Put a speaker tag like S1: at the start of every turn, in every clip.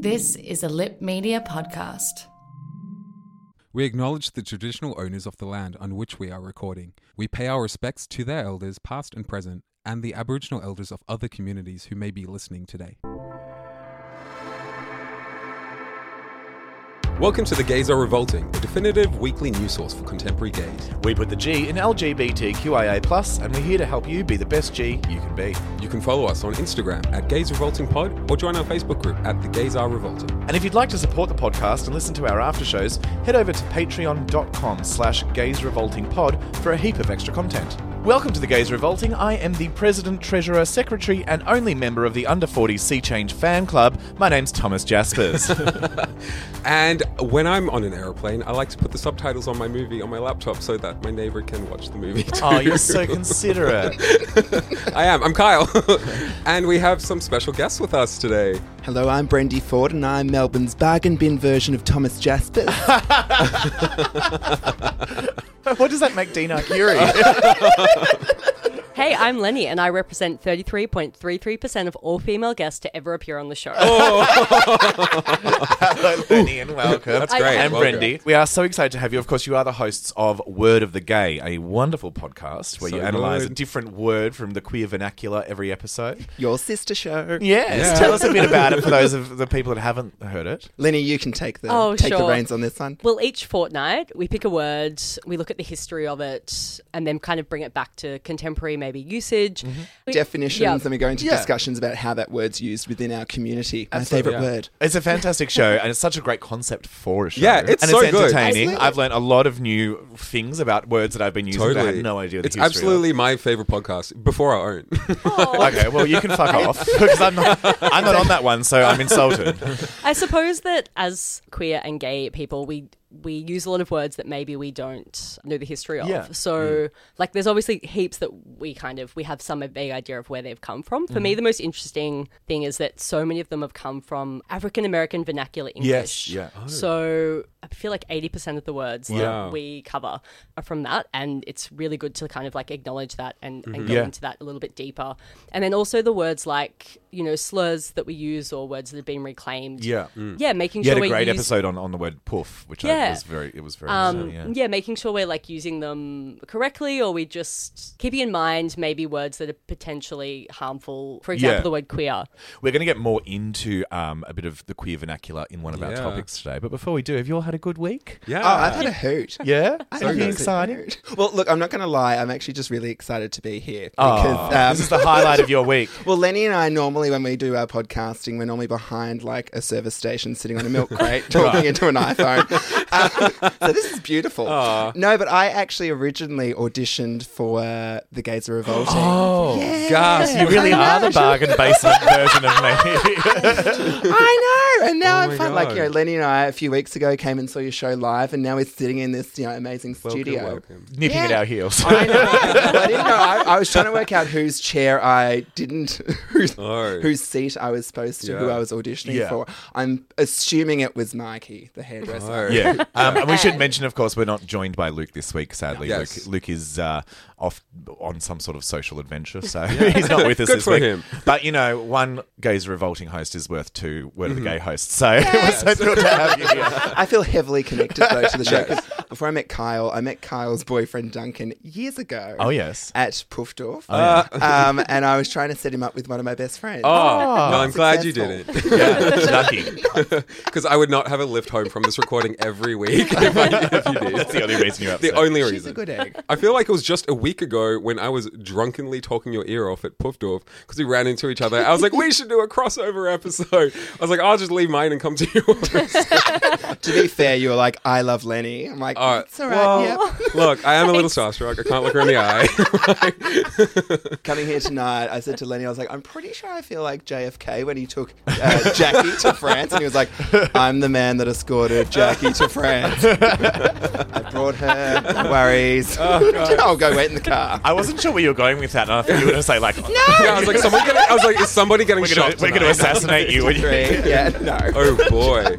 S1: This is a Lip Media podcast.
S2: We acknowledge the traditional owners of the land on which we are recording. We pay our respects to their elders, past and present, and the Aboriginal elders of other communities who may be listening today. Welcome to The Gays Are Revolting, a definitive weekly news source for contemporary gays.
S3: We put the G in LGBTQIA, and we're here to help you be the best G you can be.
S2: You can follow us on Instagram at Gays Revolting Pod or join our Facebook group at The Gays Are Revolting.
S3: And if you'd like to support the podcast and listen to our after shows, head over to patreon.com slash gaysrevoltingpod for a heap of extra content. Welcome to the Gays Revolting. I am the president, treasurer, secretary, and only member of the Under 40 Sea Change fan club. My name's Thomas Jaspers.
S2: And when I'm on an airplane, I like to put the subtitles on my movie on my laptop so that my neighbor can watch the movie too.
S3: oh, you're so considerate.
S2: I am. I'm Kyle. and we have some special guests with us today.
S4: Hello, I'm Brendy Ford, and I'm Melbourne's bargain bin version of Thomas Jaspers.
S3: what does that make Dean Arcuri?
S5: Hey, I'm Lenny, and I represent 33.33% of all female guests to ever appear on the show.
S2: Oh,
S3: Hello, Lenny, and welcome.
S2: That's great.
S3: And
S2: Welcome.
S3: Brendy, we are so excited to have you. Of course, you are the hosts of Word of the Gay, a wonderful podcast where
S2: So
S3: you analyze a
S2: good.
S3: different word from the queer vernacular every episode.
S4: Your sister show.
S2: Yeah.
S3: Yes, tell us a bit about it for those of the people that haven't heard it.
S4: Lenny, you can take the
S5: Oh,
S4: um, take the
S5: sure.
S4: reins on this one.
S5: Well, each fortnight, we pick a word, we look at the history of it, and then kind of bring it back to contemporary, maybe usage. We-
S4: Mm-hmm. Definitions,
S5: Yeah.
S4: and we go into
S3: Yeah.
S4: discussions about how that word's used within our community. My favourite word.
S3: It's a fantastic show, and it's such a great concept for a show.
S2: Yeah, it's
S3: and
S2: so
S3: it's
S2: good.
S3: entertaining.
S4: Absolutely.
S3: I've learned a lot of new things about words that I've been using that I had no idea. The
S2: it's
S3: history of.
S2: absolutely my favorite podcast before our own.
S5: Oh,
S3: okay. Well, you can fuck off because I'm not. I'm not on that one, so I'm insulted.
S5: I suppose that as queer and gay people, we we use a lot of words that maybe we don't know the history of.
S3: Yeah. Mm.
S5: So, like, there's obviously heaps that we kind of we have some vague idea of where they've come from. For
S3: Mm-hmm.
S5: me, the most interesting thing is that so many of them have come from African American vernacular English.
S3: yeah. Oh.
S5: So I feel like 80% of the words
S2: Wow.
S5: that we cover are from that, and it's really good to kind of like acknowledge that and, and go
S3: Mm-hmm. Yeah.
S5: into that a little bit deeper. And then also the words like you know slurs that we use or words that have been reclaimed
S3: Yeah.
S5: yeah, making
S3: You
S5: sure
S3: had a
S5: we
S3: great
S5: use,
S3: episode on, on the word poof, which I
S5: Yeah.
S3: was very it was very
S5: Um,
S3: yeah.
S5: yeah. making sure we're like using them correctly, or we just keeping in mind maybe words that are potentially harmful. For example,
S3: Yeah.
S5: the word queer.
S3: We're going to get more into um, a bit of the queer vernacular in one of our
S2: Yeah.
S3: topics today, but before we do, have you all had a good week?
S2: yeah.
S6: Ah.
S4: Oh, I've had a hoot.
S3: Yeah,
S4: I
S3: Are
S4: had
S3: you
S4: a
S3: excited?
S4: hoot. Well, look, I'm not going to lie. I'm actually just really excited to be here
S3: Oh,
S4: because um,
S3: this is the highlight of your week.
S4: Well, Lenny and I normally, when we do our podcasting, we're normally behind like a service station sitting on a milk crate talking into an iPhone. Um, so this is beautiful. No, but I actually originally auditioned for uh, The Gays Are Revolting.
S3: Oh,
S2: Gosh,
S3: you really are the bargain basement version of me.
S4: I know. And now I'm
S2: Oh my
S4: fun. Like, you know,
S2: God.
S4: Lenny and I a few weeks ago came and saw your show live, and now we're sitting in this, you know, amazing studio.
S2: welcome.
S3: Nipping at our heels.
S4: I know. I didn't know. I, I was trying to work out whose chair I didn't, whose,
S2: Oh.
S4: whose seat I was supposed to, who
S2: Yeah.
S4: I was auditioning
S3: Yeah.
S4: for. I'm assuming it was Mikey, the hairdresser.
S3: Yeah, um, and we should mention, of course, we're not joined by Luke this week. Sadly,
S2: No. Yes.
S3: Luke, Luke is uh, off on some sort of social adventure, so he's not with us
S2: Good
S3: this
S2: for
S3: week.
S2: him.
S3: But you know, one gays revolting host is worth Mm-hmm. two word of the gay hosts. So it was so thrilled to have you here.
S4: I feel heavily connected though to the show 'cause before I met Kyle, I met Kyle's boyfriend Duncan years ago.
S3: Oh, yes. Oh,
S4: At Poofdorf. um, and I was trying to set him up with one of my best friends.
S6: Oh, no, I'm glad you did
S4: Successful.
S6: it.
S3: Yeah, lucky.
S6: Because I would not have a lift home from this recording every week if, I, if you did.
S3: That's the only reason you're
S6: The
S3: upset.
S6: only reason.
S4: She's a good egg.
S6: I feel like it was just a week ago when I was drunkenly talking your ear off at Puffdorf because we ran into each other. I was like, we should do a crossover episode. I was like, I'll just leave mine and come to yours.
S4: to be fair, you were like, I love Lenny. I'm like,
S6: All right.
S4: it's all right.
S6: Uh, Well,
S4: Yep.
S6: Look, I am a little starstruck. I can't look her in the eye.
S4: Coming here tonight, I said to Lenny, I was like, I'm pretty sure I feel like JFK when he took uh, Jackie to France. And he was like, I'm the man that escorted Jackie to France. I brought her, no worries. I'll go wait in the car.
S3: I wasn't sure where you were going with that. And I thought you were going to say, like, "Oh, no!
S6: yeah, I was like, someone getting, I was like, is somebody getting
S3: We're
S6: shot?
S3: going to
S6: tonight?
S3: assassinate you. when you-
S4: yeah, no.
S6: Oh boy.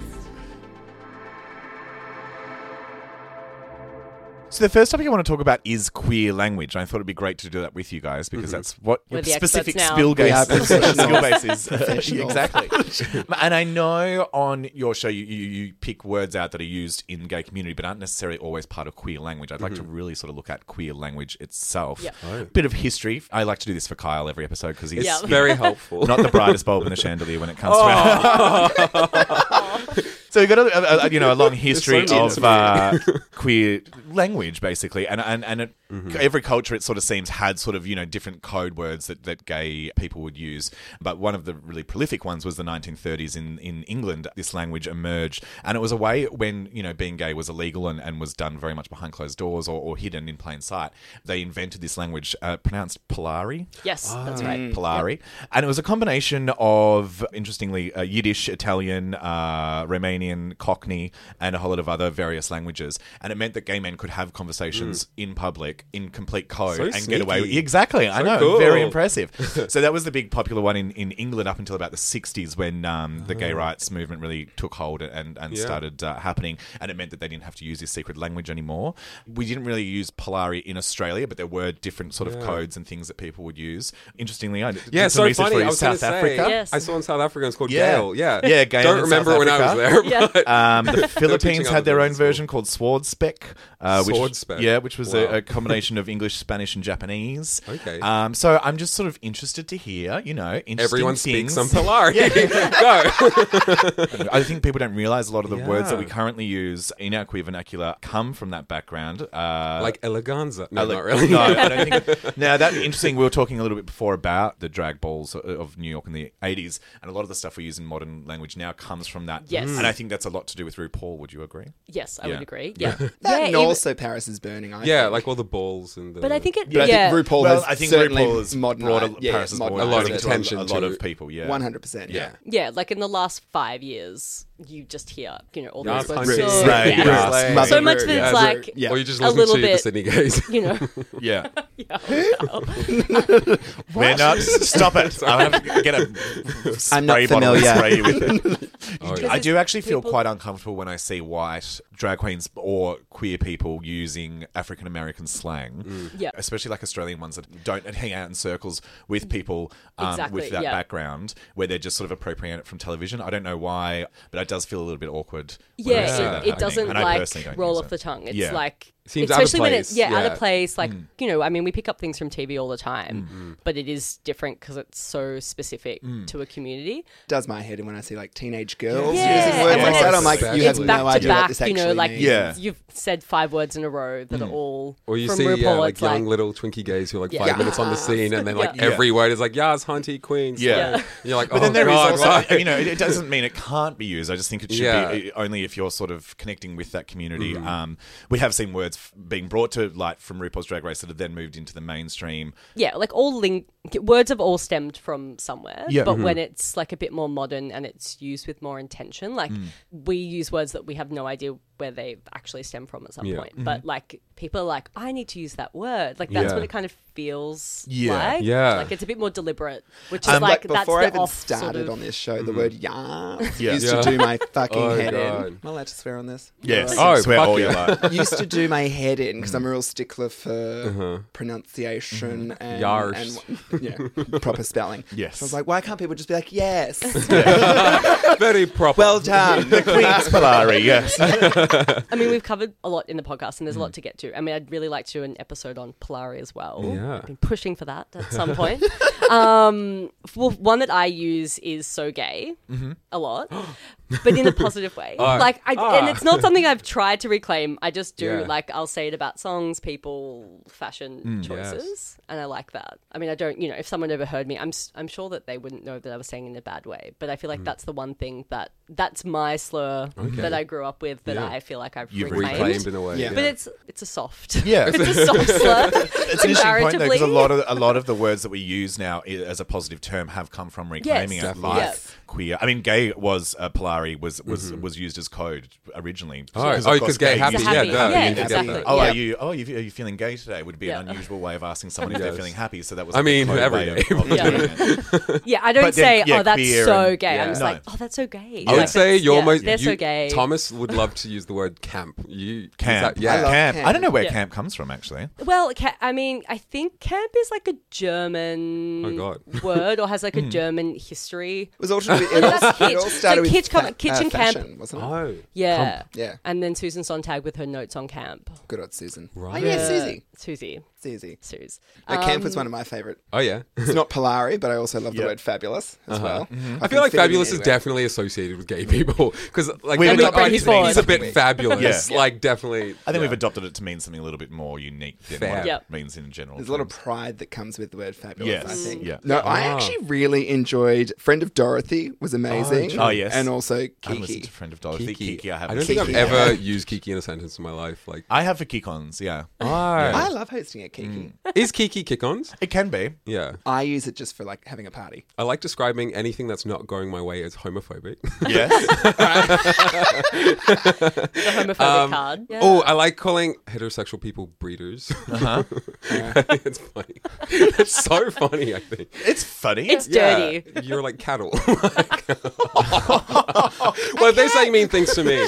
S3: So the first topic I want to talk about is queer language. And I thought it'd be great to do that with you guys
S6: Mm-hmm.
S3: because that's what
S5: We're
S3: your
S5: the
S3: specific
S5: experts now.
S3: skill
S4: We
S3: base,
S4: are professionals.
S3: skill base is.
S4: Professionals.
S3: exactly. and I know on your show you, you, you pick words out that are used in gay community but aren't necessarily always part of queer language. I'd like
S6: Mm-hmm.
S3: to really sort of look at queer language itself.
S5: Yeah.
S6: Oh.
S3: Bit of history. I like to do this for Kyle every episode because he's
S5: Yeah.
S3: he's
S6: Very helpful. Oh.
S3: not the brightest bulb in the chandelier when it comes to. so we've got a, a, a- you know a long history
S6: It's so
S3: of uh, queer language, basically, and and and it, every culture it sort of seems had sort of you know different code words that, that gay people would use. But one of the really prolific ones was the 1930s in in England. This language emerged, and it was a way when you know being gay was illegal and, and was done very much behind closed doors or, or hidden in plain sight. They invented this language uh, pronounced Polari.
S5: Yes, that's right.
S3: Mm, Polari. And it was a combination of, interestingly, uh, Yiddish, Italian, uh, Romanian, Cockney, and a whole lot of other various languages. And it meant that gay men could have conversations in public in complete code
S6: Mm. So
S3: and get away with
S6: sneaky.
S3: Exactly. I
S6: So
S3: know.
S6: cool.
S3: Very impressive. so that was the big popular one in, in England up until about the 60s when um, the gay rights movement really took hold and, and
S6: Ah. Yeah.
S3: started uh, happening. And it meant that they didn't have to use this secret language anymore. We didn't really use Polari in Australia, but there were different sort of codes and things that people would use. Interestingly, I did
S6: Yeah,
S3: some
S6: so
S3: research
S6: funny.
S3: for
S6: I
S3: you.
S6: was gonna
S3: South Africa.
S6: Say,
S5: Yes.
S6: I saw in South Africa. It's called
S3: Yeah.
S6: Gale. Yeah,
S3: Yeah, Gale
S6: Don't
S3: in
S6: remember
S3: South
S6: when I was
S3: Africa.
S6: there.
S5: Yeah.
S6: But
S3: Um, the Philippines
S6: teaching
S3: had their
S6: other
S3: own
S6: things at
S3: version called Sword Spec. Uh, which,
S6: Sword Spec.
S3: Yeah, which was
S6: Wow.
S3: a, a combination of English, Spanish, and Japanese.
S6: Okay.
S3: Um, so I'm just sort of interested to hear, you know, interesting
S6: everyone
S3: things.
S6: speaks some Polari. Go.
S3: I think people don't realize a lot of the words that we
S6: Yeah.
S3: currently use in our queer vernacular come from that background. Uh,
S6: like eleganza. No,
S3: I like-
S6: not really.
S3: No, I don't think. Now that interesting. We were talking a little bit before about the drag balls o- of New York in the '80s, and a lot of the stuff we use in modern language now comes from that.
S5: Yes.
S3: and I think that's a lot to do with RuPaul. Would you agree?
S5: Yes, I
S3: Yeah.
S5: would agree. Yeah.
S4: That
S5: Yeah,
S4: and
S5: even-
S4: also Paris is burning. I
S6: Yeah,
S4: think.
S6: like all the balls and the.
S5: but I think it.
S3: But I think
S5: yeah.
S4: RuPaul
S3: well,
S4: has
S3: I think
S4: certainly
S3: RuPaul has brought a,
S4: modernized- yeah,
S3: Paris has brought
S4: modernized
S6: A lot of
S4: it.
S6: attention
S3: a lot
S6: to-
S3: of people. Yeah,
S4: 100%. Yeah.
S5: yeah, like in the last five years, you just hear you know all
S6: Yeah,
S5: those words.
S6: Rude.
S5: So,
S6: Right,
S5: yeah.
S6: yeah.
S4: Mother
S5: So much that
S4: Rude.
S5: it's
S4: Yeah.
S5: like-
S4: Yeah.
S6: Or you just
S5: A
S6: listen
S5: little
S6: to the
S5: bit.
S6: Sydney Gays.
S5: You know,
S3: Yeah,
S5: yeah.
S3: we're not. Stop it! I'll have to get a
S4: I'm not
S3: spray bottle and
S4: familiar.
S3: spray you with it.
S6: Oh,
S5: Because
S6: yeah.
S3: I
S5: it's
S3: do actually feel
S5: people-
S3: quite uncomfortable when I see white drag queens or queer people using African American slang,
S5: Yeah.
S3: especially like Australian ones that don't hang out in circles with people um,
S5: Exactly,
S3: with that
S5: yeah.
S3: background, where they're just sort of appropriating it from television. I don't know why, but it does feel a little bit awkward. when I see
S5: yeah,
S3: that
S5: it, it
S3: happening.
S5: doesn't
S3: And I personally
S5: like
S3: don't
S5: roll
S3: use
S5: off
S3: it.
S5: the tongue. It's
S3: Yeah.
S5: like
S6: Seems out of
S5: especially when it's
S6: place,
S5: yeah, out
S6: yeah. Mm.
S5: of place. Like you know, I mean, we pick up things from TV all the time, but it is different because it's so specific
S6: Mm.
S5: to a community.
S4: does my head in when I see like teenage girls
S5: Yeah.
S4: using words
S5: Yeah.
S4: like that. I'm like,
S6: It's
S4: you have
S5: back
S4: no
S5: to
S4: idea
S5: back,
S4: what this
S5: you
S4: actually
S5: know, like
S4: means.
S3: Yeah.
S5: you've said five words in a row that are all
S6: Mm. Or you
S5: from
S6: see
S5: RuPaul.
S6: yeah, like
S5: it's
S6: young
S5: like
S6: little Twinkie gays who are like
S5: Yeah.
S6: five minutes on the scene and then like
S3: Yeah.
S6: every word is like, Yas, hunty, queens.
S3: Yeah.
S6: And you're like,
S3: But
S6: oh,
S3: then there is
S6: God,
S3: also,
S6: why?
S3: you know, it, it doesn't mean it can't be used. I just think it should
S6: Yeah. Mm-hmm.
S3: be uh, only if you're sort of connecting with that community. Um, we have seen words f- being brought to light from RuPaul's Drag Race that have then moved into the mainstream.
S5: yeah, like all link words have all stemmed from somewhere.
S3: Yeah.
S5: But when it's like a bit more modern and it's used with more intention, like we use words that we have no idea where they actually stem from at some
S6: Yeah.
S5: point. But like people are like, I need to use that word. Like that's
S6: Yeah.
S5: what it kind of feels
S3: Yeah.
S5: like.
S6: Yeah.
S5: Like it's a bit more deliberate, which is
S4: Um,
S5: like,
S4: like,
S5: that's
S4: before
S5: the
S4: I even
S5: off
S4: started
S5: sort of,
S4: on this show, the word yarn
S3: Yeah.
S4: used
S6: Mm. Yeah.
S4: to do my fucking
S6: Oh,
S4: head
S6: God.
S4: in. Am I allowed to swear on this?
S3: Yes.
S6: Oh,
S3: swear
S6: fuck
S3: all you
S6: yeah.
S3: like.
S4: used to do my head in because I'm a real stickler for
S6: Uh-huh.
S4: pronunciation
S6: Mm-hmm.
S4: and,
S6: Yars.
S4: and yeah, proper spelling.
S3: Yes.
S4: So I was like, why can't people just be like, yes,
S6: Very proper.
S4: well done.
S3: Queen's Polari, yes.
S5: I mean, we've covered a lot in the podcast, and there's a
S6: Mm.
S5: lot to get to. I mean, I'd really like to do an episode on Polari as well.
S6: Yeah.
S5: I've been pushing for that at some point. um, f- well, one that I use is so gay
S6: Mm-hmm.
S5: a lot, but in a positive way. like, I, and it's not something I've tried to reclaim. I just do
S6: Ah. Yeah. Mm,
S5: like I'll say it about songs, people, fashion choices, and I like that. I mean, I don't, you know, if someone ever heard me, I'm s- I'm sure that they wouldn't know that I was saying it in a bad way. But I feel
S6: Mm.
S5: like that's the one thing that that's my slur that I grew up with that
S6: Yeah.
S5: I feel like I've
S3: You've
S5: reclaimed.
S6: reclaimed in a way.
S4: Yeah.
S5: But it's it's a soft.
S3: Yeah.
S5: it's a soft slur.
S3: It's an interesting point though, because a
S5: comparatively.
S3: lot of a lot of the words that we use now i- as a positive term have come from reclaiming it.
S5: Definitely.
S3: Life,
S5: Yes. Mm-hmm.
S3: queer. I mean, gay was uh, Polari was was was used as code originally.
S6: Oh,
S3: of
S6: oh,
S3: course
S6: 'cause gay
S3: used
S6: happy,
S3: to be
S6: yeah,
S3: happy.
S6: duh,
S5: Yeah,
S3: you could get
S5: exactly,
S3: that. Oh,
S5: yeah.
S3: are you? Oh, you, are you feeling gay today? Would be an
S5: Yeah.
S3: unusual way of asking someone if
S6: Yes.
S3: they're feeling happy. So that was.
S6: I
S3: the
S6: mean,
S3: code
S6: every
S3: way
S6: day.
S3: Of, of
S5: Yeah.
S3: doing it.
S5: Yeah, I don't
S3: But
S5: say,
S3: then, yeah,
S5: oh, that's
S3: queer
S5: so
S3: and-
S5: gay.
S6: yeah.
S5: I'm just
S3: No.
S5: like, oh, that's so gay.
S6: I would say you're most.
S5: They're so
S6: you-
S5: gay.
S6: Thomas would love to use the word camp. You
S3: Camp.
S6: is that- yeah.
S4: I love
S3: camp.
S4: camp.
S3: I don't know where
S5: Yeah.
S3: camp comes from actually.
S5: Well, ca- I mean, I think camp is like a German
S6: Oh, God. Hmm.
S5: word or has like a German history.
S4: was all to do with it,
S5: Well,
S4: all,
S5: that's
S4: it all
S5: kitsch.
S4: started with
S5: So kitsch com-
S4: fa-
S5: kitchen
S4: uh,
S5: camp.
S4: fashion, wasn't it?
S6: Oh.
S5: Yeah.
S4: Yeah.
S5: And then Susan Sontag with her notes on camp. Uh,
S4: Good odd Susan.
S6: Right.
S4: Oh, yeah, Susie.
S5: Susie.
S4: Susie.
S5: Suze. Um,
S4: No, camp was one of my favourite.
S6: Oh yeah.
S4: It's not Polari, but I also love the
S3: Yeah.
S4: word fabulous as well.
S6: Uh-huh.
S5: Mm-hmm.
S6: I feel like
S4: fit it in
S6: fabulous is
S4: anywhere.
S6: definitely associated with gay people because like
S3: We've
S6: I mean,
S3: adopted
S6: oh,
S3: it
S6: he's,
S3: to mean
S6: he's a bit
S3: something.
S6: fabulous.
S3: Yeah.
S6: Like definitely.
S3: I think
S6: yeah.
S3: we've adopted it to mean something a little bit more unique than
S6: Fair.
S3: what it
S5: Yep.
S3: means in general.
S4: There's a lot of
S3: terms.
S4: pride that comes with the word fabulous,
S3: Yes.
S4: I think.
S3: Mm. Yeah.
S4: No, I actually really enjoyed Friend of Dorothy was amazing.
S3: Oh, yes.
S4: And also
S3: I haven't listened
S4: Kiki.
S3: to friend of Dorothy. Kiki. I have.
S6: don't think I've
S4: Kiki.
S6: ever used Kiki in a sentence in my life. Like,
S3: I have for Kikons. Yeah.
S4: I love hosting at Kiki.
S3: Mm.
S6: is Kiki kick-ons?
S3: It can be.
S6: Yeah,
S4: I use it just for like having a party.
S6: I like describing anything that's not going my way as homophobic.
S3: Yes.
S5: The homophobic card. Yeah.
S6: Oh, I like calling heterosexual people breeders. it's funny. It's so funny. I think
S3: it's funny.
S5: It's
S6: Yeah,
S5: dirty.
S6: you're like cattle. well, if they're saying mean things to me,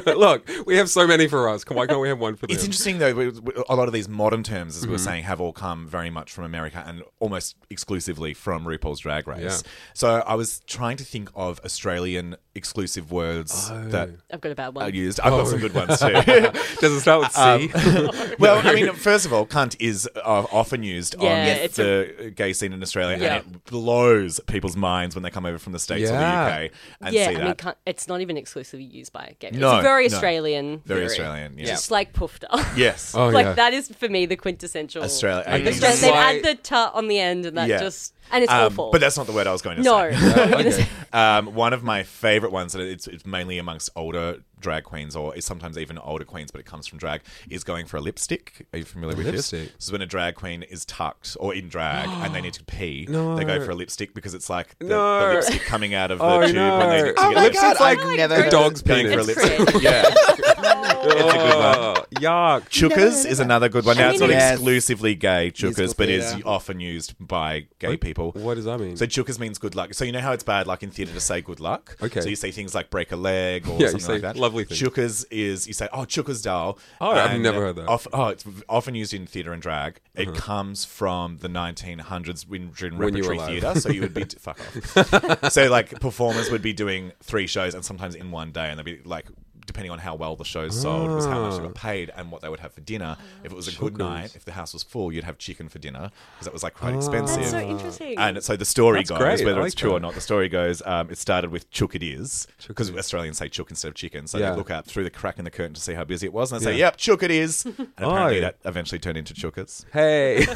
S6: look, we have so many for us. Come- Why can't we have one for them?
S3: It's interesting though. we- we- A lot of these modern terms, as we
S6: Mm-hmm.
S3: were saying, have all come very much from America and almost exclusively from RuPaul's Drag Race.
S6: Yeah.
S3: So I was trying to think of Australian exclusive words
S6: Oh.
S3: that
S5: I've got a bad one.
S3: are used. I've got some good ones too.
S6: Does it start with C?
S3: well, I mean, first of all, cunt is uh, often used
S5: Yeah,
S3: on
S5: it's
S3: the gay scene in Australia,
S5: Yeah.
S3: and it blows people's minds when they come over from the states
S6: Yeah.
S3: or the UK and
S5: yeah,
S3: see
S5: I
S3: that.
S5: mean, can't, it's not even exclusively used by gay people.
S3: No,
S5: it's a very
S3: no.
S5: Australian.
S3: very
S5: theory.
S3: Australian. Yeah.
S5: Just like poofter.
S3: Yes.
S6: Oh,
S5: like
S6: yeah.
S5: that is for me the quintessential
S3: Australia.
S5: Like,
S3: I
S5: the
S3: think
S5: Australia- They
S6: that's
S5: add the ta on the end, and that
S3: Yeah.
S5: just and it's
S3: Um,
S5: awful.
S3: But that's not the word I was going to
S5: no.
S3: say.
S6: Okay.
S3: Um, one of my favorite ones, and it's, it's mainly amongst older drag queens, or it's sometimes even older queens, but it comes from drag, is going for a lipstick. Are you familiar with this?
S6: Lipstick?
S3: This is when a drag queen is tucked or in drag and they need to pee. They go for a lipstick because it's like the,
S6: No.
S3: the lipstick coming out of the
S6: Oh,
S3: tube
S6: no.
S3: when they need to
S4: Oh
S3: get
S4: my
S3: lipstick.
S4: God, I've
S3: It's
S4: never-
S6: The dog's
S3: Going for a
S6: penis.
S5: It's
S3: lipstick.
S5: creative.
S3: Yeah.
S6: It's
S3: a good one.
S6: Oh, Yuck.
S3: Chookas is another good one. Now, it's not
S4: Yes.
S3: exclusively gay chookas,
S4: Musical
S3: but is
S4: theatre.
S3: often used by gay people.
S6: What does that mean?
S3: So chookas means good luck. So you know how it's bad, like in theatre, to say good luck.
S6: Okay.
S3: So you say things like break a leg or
S6: Yeah, you
S3: something
S6: say
S3: like that.
S6: lovely things.
S3: Chookas is you say oh chookas doll.
S6: Oh, I've
S3: And
S6: never heard that. Uh-huh.
S3: Of, oh, it's often used in theatre and drag. It comes from the 1900s in, in
S6: When you were
S3: repertory
S6: alive.
S3: theatre. So you would be fuck off. so like performers would be doing three shows and sometimes in one day, and they'd be like. Depending on how well the show sold, was how much
S6: Ah.
S3: they got paid and what they would have for dinner. If it was a good night, if the house was full, you'd have chicken for dinner because that was like
S6: Ah.
S3: quite expensive.
S5: That's so interesting.
S3: And so the story
S6: That's
S3: goes,
S6: great.
S3: whether
S6: I
S3: it's
S6: like
S3: true or
S6: that.
S3: not, the story goes, um, it started with chook it is, because Australians say chook instead of chicken. So
S6: Yeah.
S3: they look out through the crack in the curtain to see how busy it was, and they say,
S6: Yeah.
S3: yep, chook it is. And apparently
S6: Oh.
S3: that eventually turned into chookers.
S6: Hey.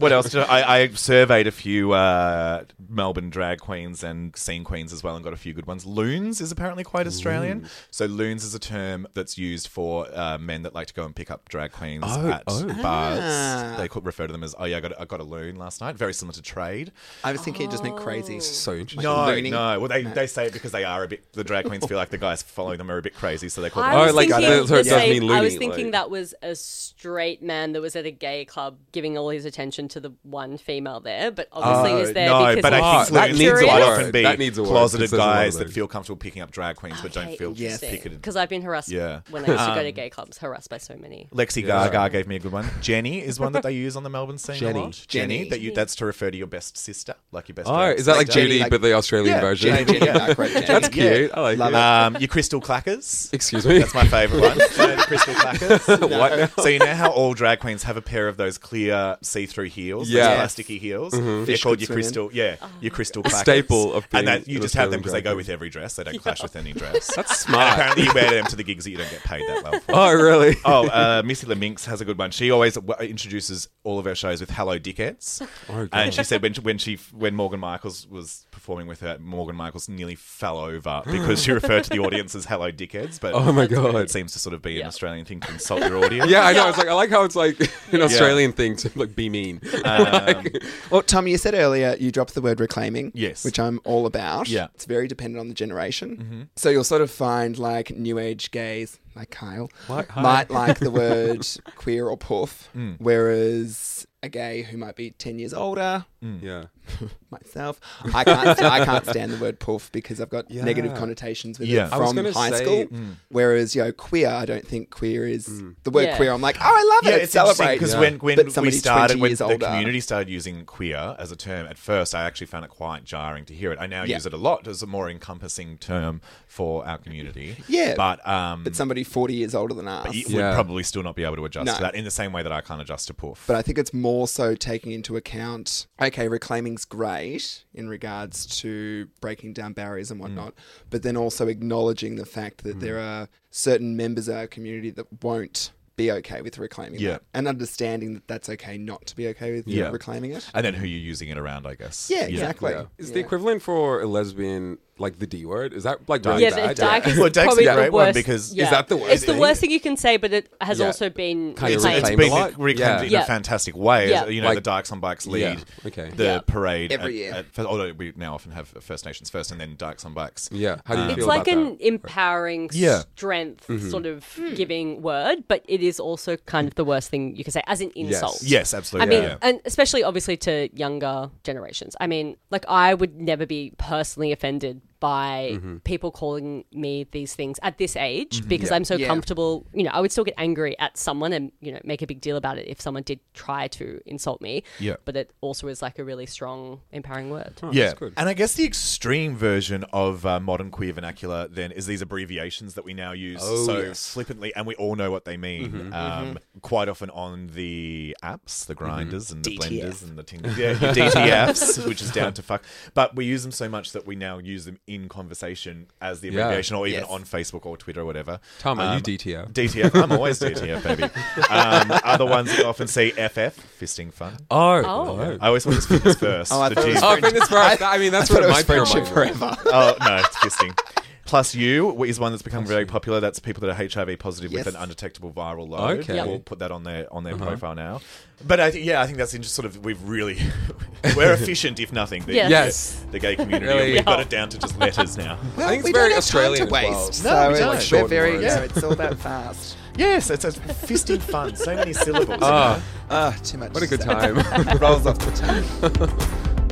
S3: what else? Did I, I surveyed a few uh, Melbourne drag queens and scene queens as well and got a few good ones. Loons is apparently quite Australian. So loons is a term that's used for uh, men that like to go and pick up drag queens
S6: Oh,
S3: at bars.
S6: Ah.
S3: They could refer to them as, oh yeah, I got, a, I got a loon last night. Very similar to trade.
S4: I was thinking it just meant crazy.
S6: so interesting.
S3: Oh. No,
S4: looning.
S3: no. Well, they, they say it because they are a bit. The drag queens feel like the guys following them are a bit crazy, so they call them.
S5: I was
S6: Oh, like, I
S5: thinking,
S6: don't- so it
S5: the
S6: does
S5: same-
S6: mean
S5: I was
S6: loony,
S5: thinking
S6: like-
S5: that was a straight man that was at a gay club giving all his attention to the one female there, but
S6: Uh,
S5: obviously is there
S3: Oh, uh, no,
S5: because
S3: but
S5: he's
S3: I think
S6: that
S3: loons
S6: needs a
S3: will
S6: word.
S3: often be
S6: That needs a word. It
S3: closeted
S6: says a lot
S3: guys
S6: about
S3: that
S6: it.
S3: feel comfortable picking up drag queens but don't
S5: Okay,
S3: feel
S5: interesting.
S3: picketed
S5: because I've been harassed
S3: Yeah.
S5: when I used to go
S6: Um,
S5: to gay clubs, harassed by so many.
S3: Lexi Gaga gave me a good one. Jenny is one that they use on the Melbourne scene
S4: Jenny.
S3: a lot. Jenny,
S4: Jenny.
S3: that you that's to refer to your best sister, like your best.
S6: Oh,
S3: friend.
S6: is that like
S4: Jenny,
S6: Judy,
S4: like-
S6: but the Australian
S3: Yeah,
S6: version?
S3: Jenny, Jenny,
S4: yeah, great Jenny.
S6: That's
S4: Yeah.
S6: cute. I like
S4: Love
S6: that.
S3: um, your crystal clackers?
S6: Excuse me.
S3: That's my favourite one. Uh, crystal clackers.
S6: What now?
S3: So you know how all drag queens have a pair of those clear see-through heels, those
S6: Yeah. Mm-hmm.
S3: plasticky heels. They're
S4: Fish
S3: called
S4: hooks
S3: your
S4: women.
S3: crystal, yeah, your crystal clackers.
S6: staple of being
S3: and that, you
S6: an
S3: just have them
S6: Australian
S3: because they
S6: drag
S3: go
S6: queen.
S3: with every dress. They don't clash with any dress.
S6: That's
S3: and
S6: smart.
S3: apparently you wear them to the gigs that you don't get paid that well for.
S6: Oh, really?
S3: Oh, uh, Missy LeMinx has a good one. She always w- introduces all of her shows with "Hello, dickheads,"
S6: Oh, God.
S3: and she said when she, when she when Morgan Michaels was performing with her, Morgan Michaels nearly fell over because she referred to the audience as "Hello, dickheads." But
S6: Oh, my
S3: it
S6: God.
S3: seems to sort of be an
S5: Yeah.
S3: Australian thing to insult your audience.
S6: Yeah, I know. It's like I like how it's like an Australian thing to like be mean. Like,
S4: Well, Oh, Tommy, you said earlier you dropped the word reclaiming.
S3: Yes.
S4: Which I'm all about.
S3: Yeah. Mm-hmm.
S4: It's very dependent on the generation. So you'll sort of find like new age gays, like Kyle, might like the word queer or poof,
S3: Mm.
S4: whereas a gay who might be 10 years older,
S6: yeah.
S3: Mm.
S4: myself, I can't, I can't stand the word poof because I've got negative connotations with
S3: Yeah.
S4: it
S3: I was mm.
S4: from
S6: gonna
S4: high
S6: say-
S4: school. Whereas, you know, queer, I don't think queer is the word
S5: Yeah.
S4: queer. I'm like, oh, I love
S3: Yeah,
S4: it.
S3: it's
S4: Celebrate.
S3: because
S4: Yeah.
S3: when, when
S4: But
S3: we
S4: somebody 20
S3: started, when
S4: years
S3: the
S4: older-
S3: community started using queer as a term, at first I actually found it quite jarring to hear it. I now
S4: Yeah.
S3: use it a lot as a more encompassing term for our community.
S4: Yeah.
S3: but um,
S4: But somebody 40 years older than us.
S3: you
S6: Yeah.
S3: would probably still not be able to adjust
S4: No.
S3: to that in the same way that I can't adjust to poof.
S4: But I think it's more so taking into account, okay, reclaiming's great in regards to breaking down barriers and whatnot, but then also acknowledging the fact that there are certain members of our community that won't be okay with reclaiming
S3: Yeah.
S4: that and understanding that that's okay not to be okay with
S3: Yeah.
S4: reclaiming it.
S3: and then who you're using it around, I guess.
S4: Yeah, exactly.
S6: Is the equivalent for a lesbian like the D word? Is that like really
S5: Yeah,
S6: bad?
S5: but dyke is
S3: Well, dyke's a
S5: probably the
S3: great one
S5: worst.
S3: because-
S5: yeah.
S6: Is that the worst
S5: It's the
S6: thing?
S5: worst thing you can say, but it has
S6: Yeah.
S5: also been
S6: Kind of
S3: It's, it's
S6: Reclaimed
S3: been
S6: a lot?
S3: reclaimed
S6: Yeah.
S3: in
S5: Yeah.
S3: a fantastic way.
S5: Yeah.
S3: You know,
S6: Like-
S3: the Dykes on Bikes lead
S6: Yeah, okay.
S3: the
S5: Yeah.
S3: parade
S4: Every year.
S3: at- at- although we now often have First Nations first and then Dykes on Bikes.
S6: Yeah. How do you
S5: It's
S6: feel
S5: like
S6: about
S5: an
S6: that? Mm-hmm. Hmm.
S5: empowering
S3: Yeah.
S5: strength sort of giving word, but it is also kind of the worst thing you can say as an insult.
S3: Yes,
S5: I
S3: absolutely.
S5: mean,
S3: yeah.
S5: and especially obviously to younger generations. I mean, like I would never be personally offended by
S3: Mm-hmm.
S5: people calling me these things at this age because I'm so
S4: Yeah.
S5: comfortable. You know, I would still get angry at someone and you know make a big deal about it if someone did try to insult me.
S3: Yeah.
S5: but it also is like a really strong, empowering word.
S6: Oh,
S3: yeah, and I guess the extreme version of uh, modern queer vernacular then is these abbreviations that we now use
S6: Oh,
S3: so
S6: yes. Mm-hmm.
S3: flippantly, and we all know what they mean. Um, Quite often on the apps, the grinders and the blenders and the Tinder, yeah, your DTFs, which is down to fuck. But we use them so much that we now use them in conversation as the
S6: Yeah.
S3: abbreviation, or even
S4: Yes.
S3: on Facebook or Twitter or whatever. Um,
S6: Tom, are you DTF?
S3: DTF. I'm always DTF, baby. Um, other ones that you often see FF, fisting fun.
S6: Oh,
S5: Oh.
S3: I always thought it was fitness first.
S4: I
S3: the
S4: thought it was
S3: G-
S6: Oh, fitness for us. I mean, that's
S4: I thought
S6: what
S4: it
S6: it
S4: was
S6: might be.
S4: friendship
S6: reminded me of.
S4: forever.
S3: oh no, it's fisting. Plus you is one that's become very popular. That's people that are HIV positive
S4: Yes.
S3: with an undetectable viral load.
S6: Okay. Uh-huh. Yep.
S3: We'll put that on their on their profile now. But I think yeah, I think that's in just sort of we've really we're efficient if nothing. The,
S5: Yes.
S6: Yes.
S3: the gay community.
S6: Really?
S3: We've got it down to just letters now.
S4: Well,
S6: think it's
S4: we
S6: very
S4: don't have
S6: Australian
S4: time to
S6: as well.
S4: waste.
S3: No, we
S4: so
S3: don't.
S4: it's- we're
S6: Short
S4: very,
S6: words.
S4: yeah, it's all that fast.
S3: yes, it's a fisting fun. So many syllables.
S6: Oh,
S4: Ah, too much.
S6: what a good
S4: to say.
S6: time.
S4: Rolls off the tongue.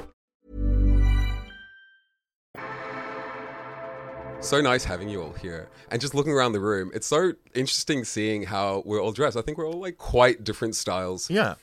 S6: so nice having you all here. And just looking around the room, it's so interesting seeing how we're all dressed. I think we're all like quite different styles.
S3: yeah.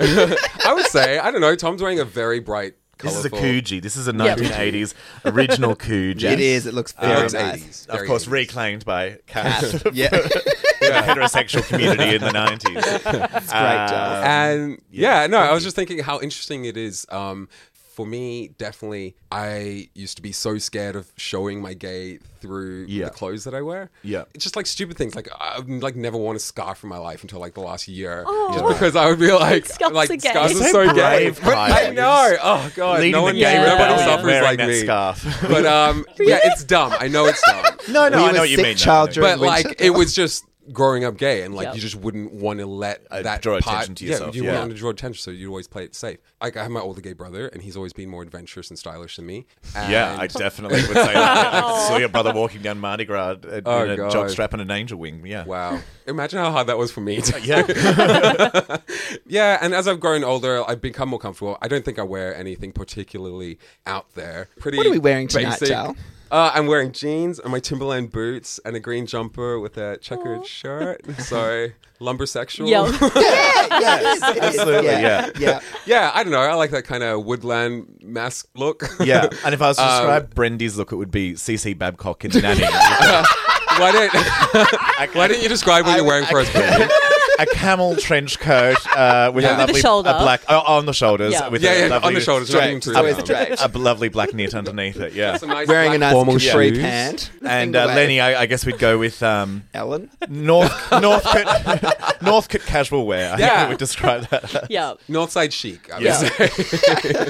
S6: I would say, I don't know, Tom's wearing a very bright
S3: This is a
S6: colourful.
S3: Coogee. This is a 1980s original Coogee.
S4: It is. It looks very
S3: looks
S4: nice.
S6: 80s.
S3: Of
S6: Very
S3: course,
S6: 80s.
S3: reclaimed by Cat.
S4: Yeah.
S3: the heterosexual community in the 90s. It's great,
S4: Giles.
S6: and
S3: Um,
S6: yeah, no, I was just thinking how interesting it is. Um, for me, definitely, I used to be so scared of showing my gay through
S3: Yeah.
S6: the clothes that I wear.
S3: Yeah.
S6: it's just like stupid things. Like I've like never worn a scarf in my life until like the last year, just because I would be like,
S5: Scarves
S6: like
S5: are gay.
S6: scarves
S5: You're
S6: are
S3: so
S6: so
S3: brave,
S6: gay. But
S3: Kyle.
S6: I know. Oh god,
S3: Leading
S6: no
S3: the
S6: one,
S3: gay
S6: nobody
S3: rebellion
S6: suffers
S3: wearing
S6: like
S3: that
S6: me.
S3: scarf.
S6: But um, yeah, it's dumb. I know it's dumb
S3: no, no,
S4: We
S3: I
S4: were
S3: know what you
S4: sick
S3: mean.
S4: child
S3: no, no, no.
S4: during
S6: but like
S4: winter.
S6: it was just growing up gay and like
S5: Yep.
S6: you just wouldn't want to let
S3: Uh,
S6: that
S3: draw
S6: part-
S3: attention to yourself,
S6: Yeah, you
S3: yeah.
S6: want to draw attention, so you always play it safe. Like I have my older gay brother, and he's always been more adventurous and stylish than me. And
S3: yeah, I definitely would say that. I saw your brother walking down Mardi Gras in
S6: Oh,
S3: a
S6: God.
S3: jockstrap and an angel wing. Yeah.
S6: Wow. Imagine how hard that was for me.
S3: Yeah.
S6: yeah, and as I've grown older, I've become more comfortable. I don't think I wear anything particularly out there. Pretty
S4: What are we wearing tonight,
S6: basic.
S4: Jal?
S6: Uh, I'm wearing jeans and my Timberland boots and a green jumper with a checkered shirt. So, lumbersexual.
S5: Yeah.
S4: yeah, yeah, it is, it is.
S3: Absolutely, yeah.
S4: yeah.
S6: Yeah, I don't know. I like that kind of woodland mask look.
S3: yeah. And if I was
S6: Um,
S3: to describe Brendy's look, it would be CC Babcock in Nanny.
S6: why don't Why don't you describe what you're wearing for us, Brendan?
S3: a camel trench coat uh, with a
S6: Yeah. With the
S3: lovely
S5: shoulder.
S3: a black oh, on the shoulders.
S5: Yeah.
S3: With
S6: Yeah,
S3: a
S6: yeah, on
S3: lovely
S6: the shoulders,
S3: straight-
S6: running through
S3: a-
S6: the
S4: Always straight.
S3: a lovely black knit underneath it. Yeah.
S6: Some nice
S4: Wearing a
S6: black
S4: nice
S6: formal
S4: capri
S6: shoes.
S4: pant.
S3: And
S4: Leading
S3: uh,
S4: the way.
S3: Lenny, I, I guess we'd go with um,
S4: Ellen.
S3: North Northcote Northcote casual wear. I think
S6: Yeah.
S3: we would describe that.
S5: yeah.
S6: Northside chic. I would
S3: Yeah.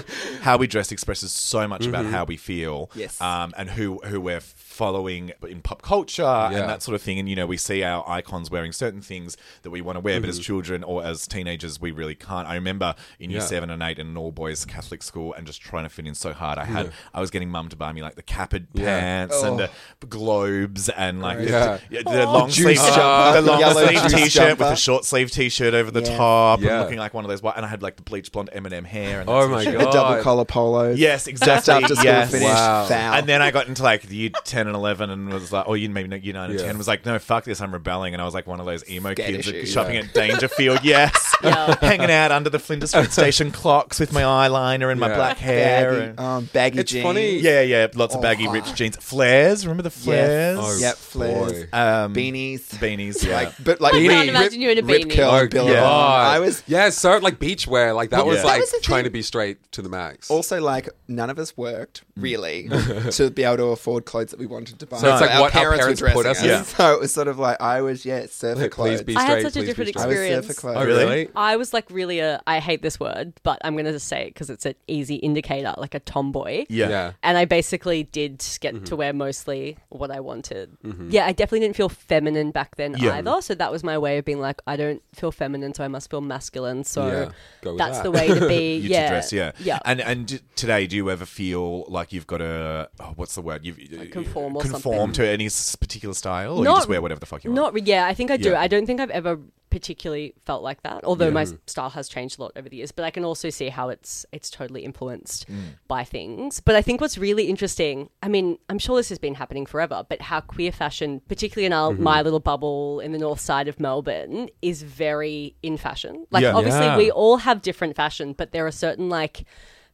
S6: say.
S3: how we dress expresses so much about how we feel.
S4: Mm-hmm. Yes.
S3: Um, and who who we're following in pop culture and that sort of thing. And you know, we see our icons wearing certain things that we want to wear, but
S4: Mm-hmm.
S3: as children or as teenagers, we really can't. I remember in year
S6: Yeah.
S3: seven and eight in an all boys Catholic school and just trying to fit in so hard. I had I was getting mum to buy me like the capped pants and
S4: Oh.
S3: the globes and like the,
S6: Yeah.
S3: the- the long sleeve
S4: jumper.
S3: the long
S4: Yellow
S3: sleeve
S4: juice
S3: t shirt with
S4: jumper.
S3: a short sleeve t shirt over the
S4: Yeah.
S3: top and
S6: Yeah.
S3: looking like one of those white and I had like the bleach blonde Eminem hair and that
S6: Oh
S3: sort of
S6: my
S3: shit.
S6: god.
S4: The double collar polos.
S3: Yes,
S4: Just
S3: exactly.
S4: after school
S3: yes.
S4: finished.
S6: Wow.
S4: Foul.
S3: And then I got into like the year 10 and 11 and was like, or you maybe not year 9 and
S6: Yeah.
S3: 10, was like, no, fuck this, I'm rebelling. And I was like one of those emo
S4: Get
S3: kids
S4: issue,
S3: shopping at Dangerfield, yes. Hanging out under the Flinders Street station clocks with my eyeliner and my
S6: Yeah.
S3: black hair.
S4: baggy,
S3: and-
S4: um, baggy
S6: It's
S4: jeans.
S6: funny.
S3: yeah, yeah, lots of baggy,
S4: Oh.
S3: rich jeans. Flares, remember the flares?
S6: Oh,
S4: Yep, flares.
S6: boy.
S3: Um,
S4: Beanies.
S3: Beanies, yeah.
S4: Like, but like
S5: I can't
S4: rip-
S5: imagine you in a
S4: rip
S5: beanie.
S4: curl
S6: Oh,
S4: and Billabong.
S3: yeah.
S4: I was
S6: yeah, so like beachwear, like that was
S3: yeah. That
S6: like
S4: was the
S6: trying
S4: thing.
S6: to be straight to the max.
S4: also like none of us worked really to be able to afford clothes that we wanted to buy.
S6: Mm. So it's like what our parents
S4: were
S6: put
S4: dressing
S6: us
S3: in.
S4: So it was sort of like I was yeah surfer
S6: Like,
S4: clothes.
S6: please be
S5: I
S6: straight.
S5: had such a
S6: please be
S5: different
S6: straight.
S4: I was
S5: experience.
S4: surfer clothes.
S6: Oh, really?
S5: I was like really a I hate this word, but I'm gonna say it because it's an easy indicator, like a tomboy.
S3: yeah.
S6: Yeah.
S5: And I basically did get to wear mostly what I wanted. Yeah, I definitely didn't feel feminine back then
S3: Yeah.
S5: either. So that was my way of being like, I don't feel feminine, so I must feel masculine. So
S6: Yeah, go with
S5: that's
S6: that.
S5: the way to be.
S3: you
S5: yeah.
S3: to dress, yeah,
S5: Yeah.
S3: And and d- today, do you ever feel like you've got to oh, what's the word? You've
S5: conform or
S3: conform
S5: something.
S3: to any s- particular style, or you
S5: Not-
S3: just wear whatever the fuck you want.
S5: Not, re- yeah, I think I do.
S3: Yeah. Mm.
S5: I don't think I've ever particularly felt like that. Although my s- style has changed a lot over the years, but I can also see how it's it's totally influenced
S3: Mm.
S5: by things. But I think what's really interesting, I mean, I'm sure this has been happening forever, but how queer fashion, particularly in
S3: Mm-hmm.
S5: our my little bubble in the north side of Melbourne, is very in fashion. Like
S3: Yeah.
S5: obviously
S3: Yeah.
S5: we all have different fashion, but there are certain like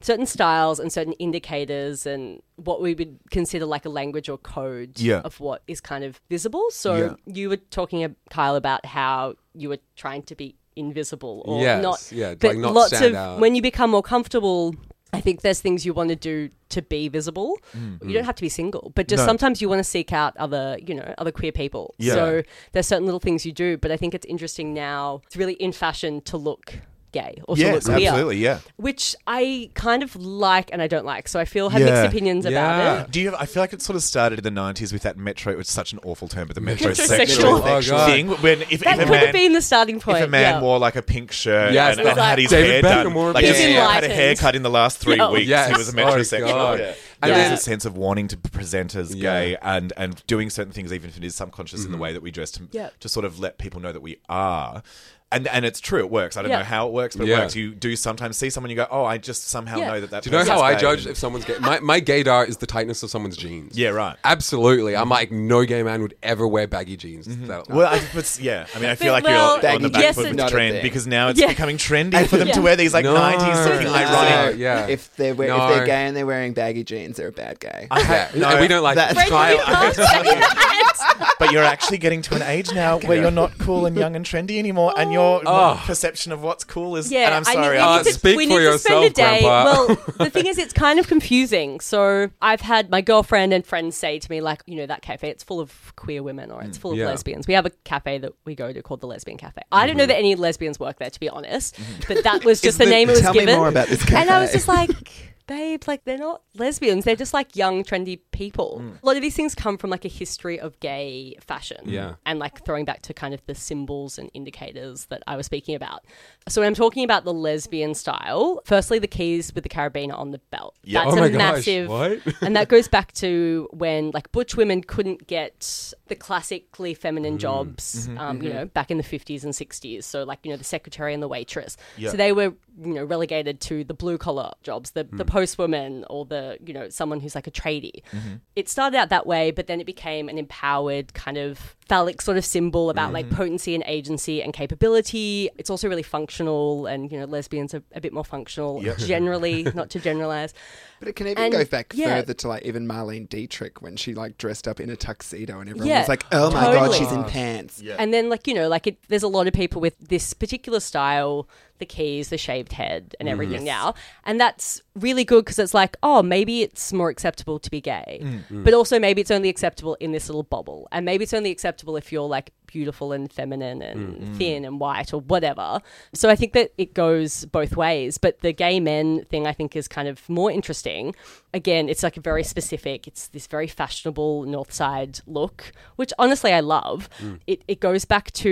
S5: certain styles and certain indicators and what we would consider like a language or code
S3: Yeah.
S5: of what is kind of visible. So
S3: Yeah.
S5: you were talking, uh, Kyle, about how you were trying to be invisible or
S6: Yes,
S5: not.
S6: yeah,
S5: but
S6: like not
S5: lots
S6: stand
S5: of
S6: out.
S5: when you become more comfortable. I think there's things you want to do to be visible.
S6: Mm-hmm.
S5: You don't have to be single, but just
S3: No.
S5: sometimes you want to seek out other, you know, other queer people.
S3: Yeah.
S5: So there's certain little things you do, but I think it's interesting now. It's really in fashion to look gay or
S3: yes,
S5: to look queer
S3: absolutely, yeah.
S5: which I kind of like and I don't like. So I feel have
S3: Yeah.
S5: mixed opinions
S6: Yeah.
S5: about it.
S3: Do you? Have, I feel like it sort of started in the nineties with that metro. It's such an awful term, but the metrosexual
S5: Metrosexual.
S6: Oh, God.
S3: thing. When if,
S5: That
S3: if a
S5: could have
S3: man,
S5: been the starting point.
S3: if a man
S5: yeah.
S3: wore like a pink shirt
S6: Yes,
S3: and, and
S5: like-
S3: had his
S6: David
S3: hair
S6: Beckham
S3: done,
S6: wore a
S3: like
S6: pink
S3: if he
S5: shirt.
S3: had a haircut in the last three
S5: Yeah.
S3: weeks, he
S6: Yes.
S3: was a
S6: Oh,
S3: metrosexual.
S6: God.
S3: yeah.
S6: And
S3: There
S6: then-
S3: was a sense of wanting to present as gay and
S6: Mm-hmm.
S3: and doing certain things, even if it is subconscious in the way that we dress, to,
S5: Yep.
S3: to sort of let people know that we are. And, and it's true, it works. I don't
S5: Yeah.
S3: know how it works, but it
S6: Yeah.
S3: works. You do sometimes see someone, you go, oh, I just somehow
S5: Yeah.
S3: know that that
S6: Do you know
S3: person's
S6: how I
S3: gay.
S6: judge if someone's gay? My, my gaydar is the tightness of someone's jeans.
S3: Yeah, right.
S6: Absolutely. I'm like, no gay man would ever wear baggy jeans. That-
S3: Well, I, but yeah, I mean, I feel
S5: But,
S3: like
S5: well,
S3: you're on the
S4: baggy
S3: back
S5: yes
S3: foot
S5: and-
S3: with
S4: Not a
S3: trend
S4: thing.
S3: because now it's
S5: Yeah.
S3: becoming trendy for them to wear these like
S6: No.
S3: 90s looking
S6: No.
S3: ironic.
S6: yeah.
S4: If they're we-
S6: No.
S4: if they're gay and they're wearing baggy jeans, they're a bad gay.
S6: Yeah. and we don't like
S4: That's-
S6: that.
S4: Frank,
S5: you can't say that.
S3: But you're actually getting to an age now where you're not cool and young and trendy anymore, and your
S6: Oh.
S3: perception of what's cool is.
S5: Yeah,
S3: and I'm
S5: I know-
S3: sorry, Uh,
S5: we
S6: I'm
S5: need to,
S6: speak
S5: we
S6: for
S5: need to spend a
S6: yourself,
S5: day.
S6: Grandpa.
S5: Well, the thing is, it's kind of confusing. So I've had my girlfriend and friends say to me, like, you know, that cafe, it's full of queer women or it's full of
S6: Yeah.
S5: lesbians. We have a cafe that we go to called the Lesbian Cafe. I don't know that any lesbians work there, to be honest, but that was just the,
S4: Is the-
S5: name it was
S4: tell me
S5: given.
S4: more about this
S5: And I was
S4: cafe.
S5: just like, babe, like they're not lesbians. They're just like young, trendy people.
S6: Hmm.
S5: A lot of these things come from like a history of gay fashion.
S6: Yeah.
S5: And like throwing back to kind of the symbols and indicators that I was speaking about. So when I'm talking about the lesbian style, firstly, the keys with the carabiner on the belt.
S3: Yeah.
S5: That's
S6: Oh my
S5: a
S6: gosh,
S5: massive.
S6: what?
S5: and that goes back to when like butch women couldn't get the classically feminine jobs, um, you know, back in the 50s and 60s. So like, you know, the secretary and the waitress.
S3: Yeah.
S5: So they were, you know, relegated to the blue collar jobs, the, the postwoman or the, you know, someone who's like a tradie. It started out that way, but then it became an empowered kind of phallic sort of symbol about like potency and agency and capability. It's also really functional and, you know, lesbians are a bit more functional generally, not to generalize.
S4: But it can even
S5: And,
S4: go back
S5: yeah.
S4: further to like even Marlene Dietrich when she like dressed up in a tuxedo and everyone
S5: Yeah,
S4: was like, "Oh my god,
S5: totally.
S4: she's in pants."
S5: And then, like, you know, like, it, there's a lot of people with this particular style the keys, the shaved head, and everything now. And that's really good because it's like, oh, maybe it's more acceptable to be gay. But also, maybe it's only acceptable in this little bubble. And maybe it's only acceptable if you're like beautiful and feminine and thin and white or whatever. So I think that it goes both ways. But the gay men thing I think is kind of more interesting. Again, it's like a very specific, it's this very fashionable North Side look, which honestly I love. It, it goes back to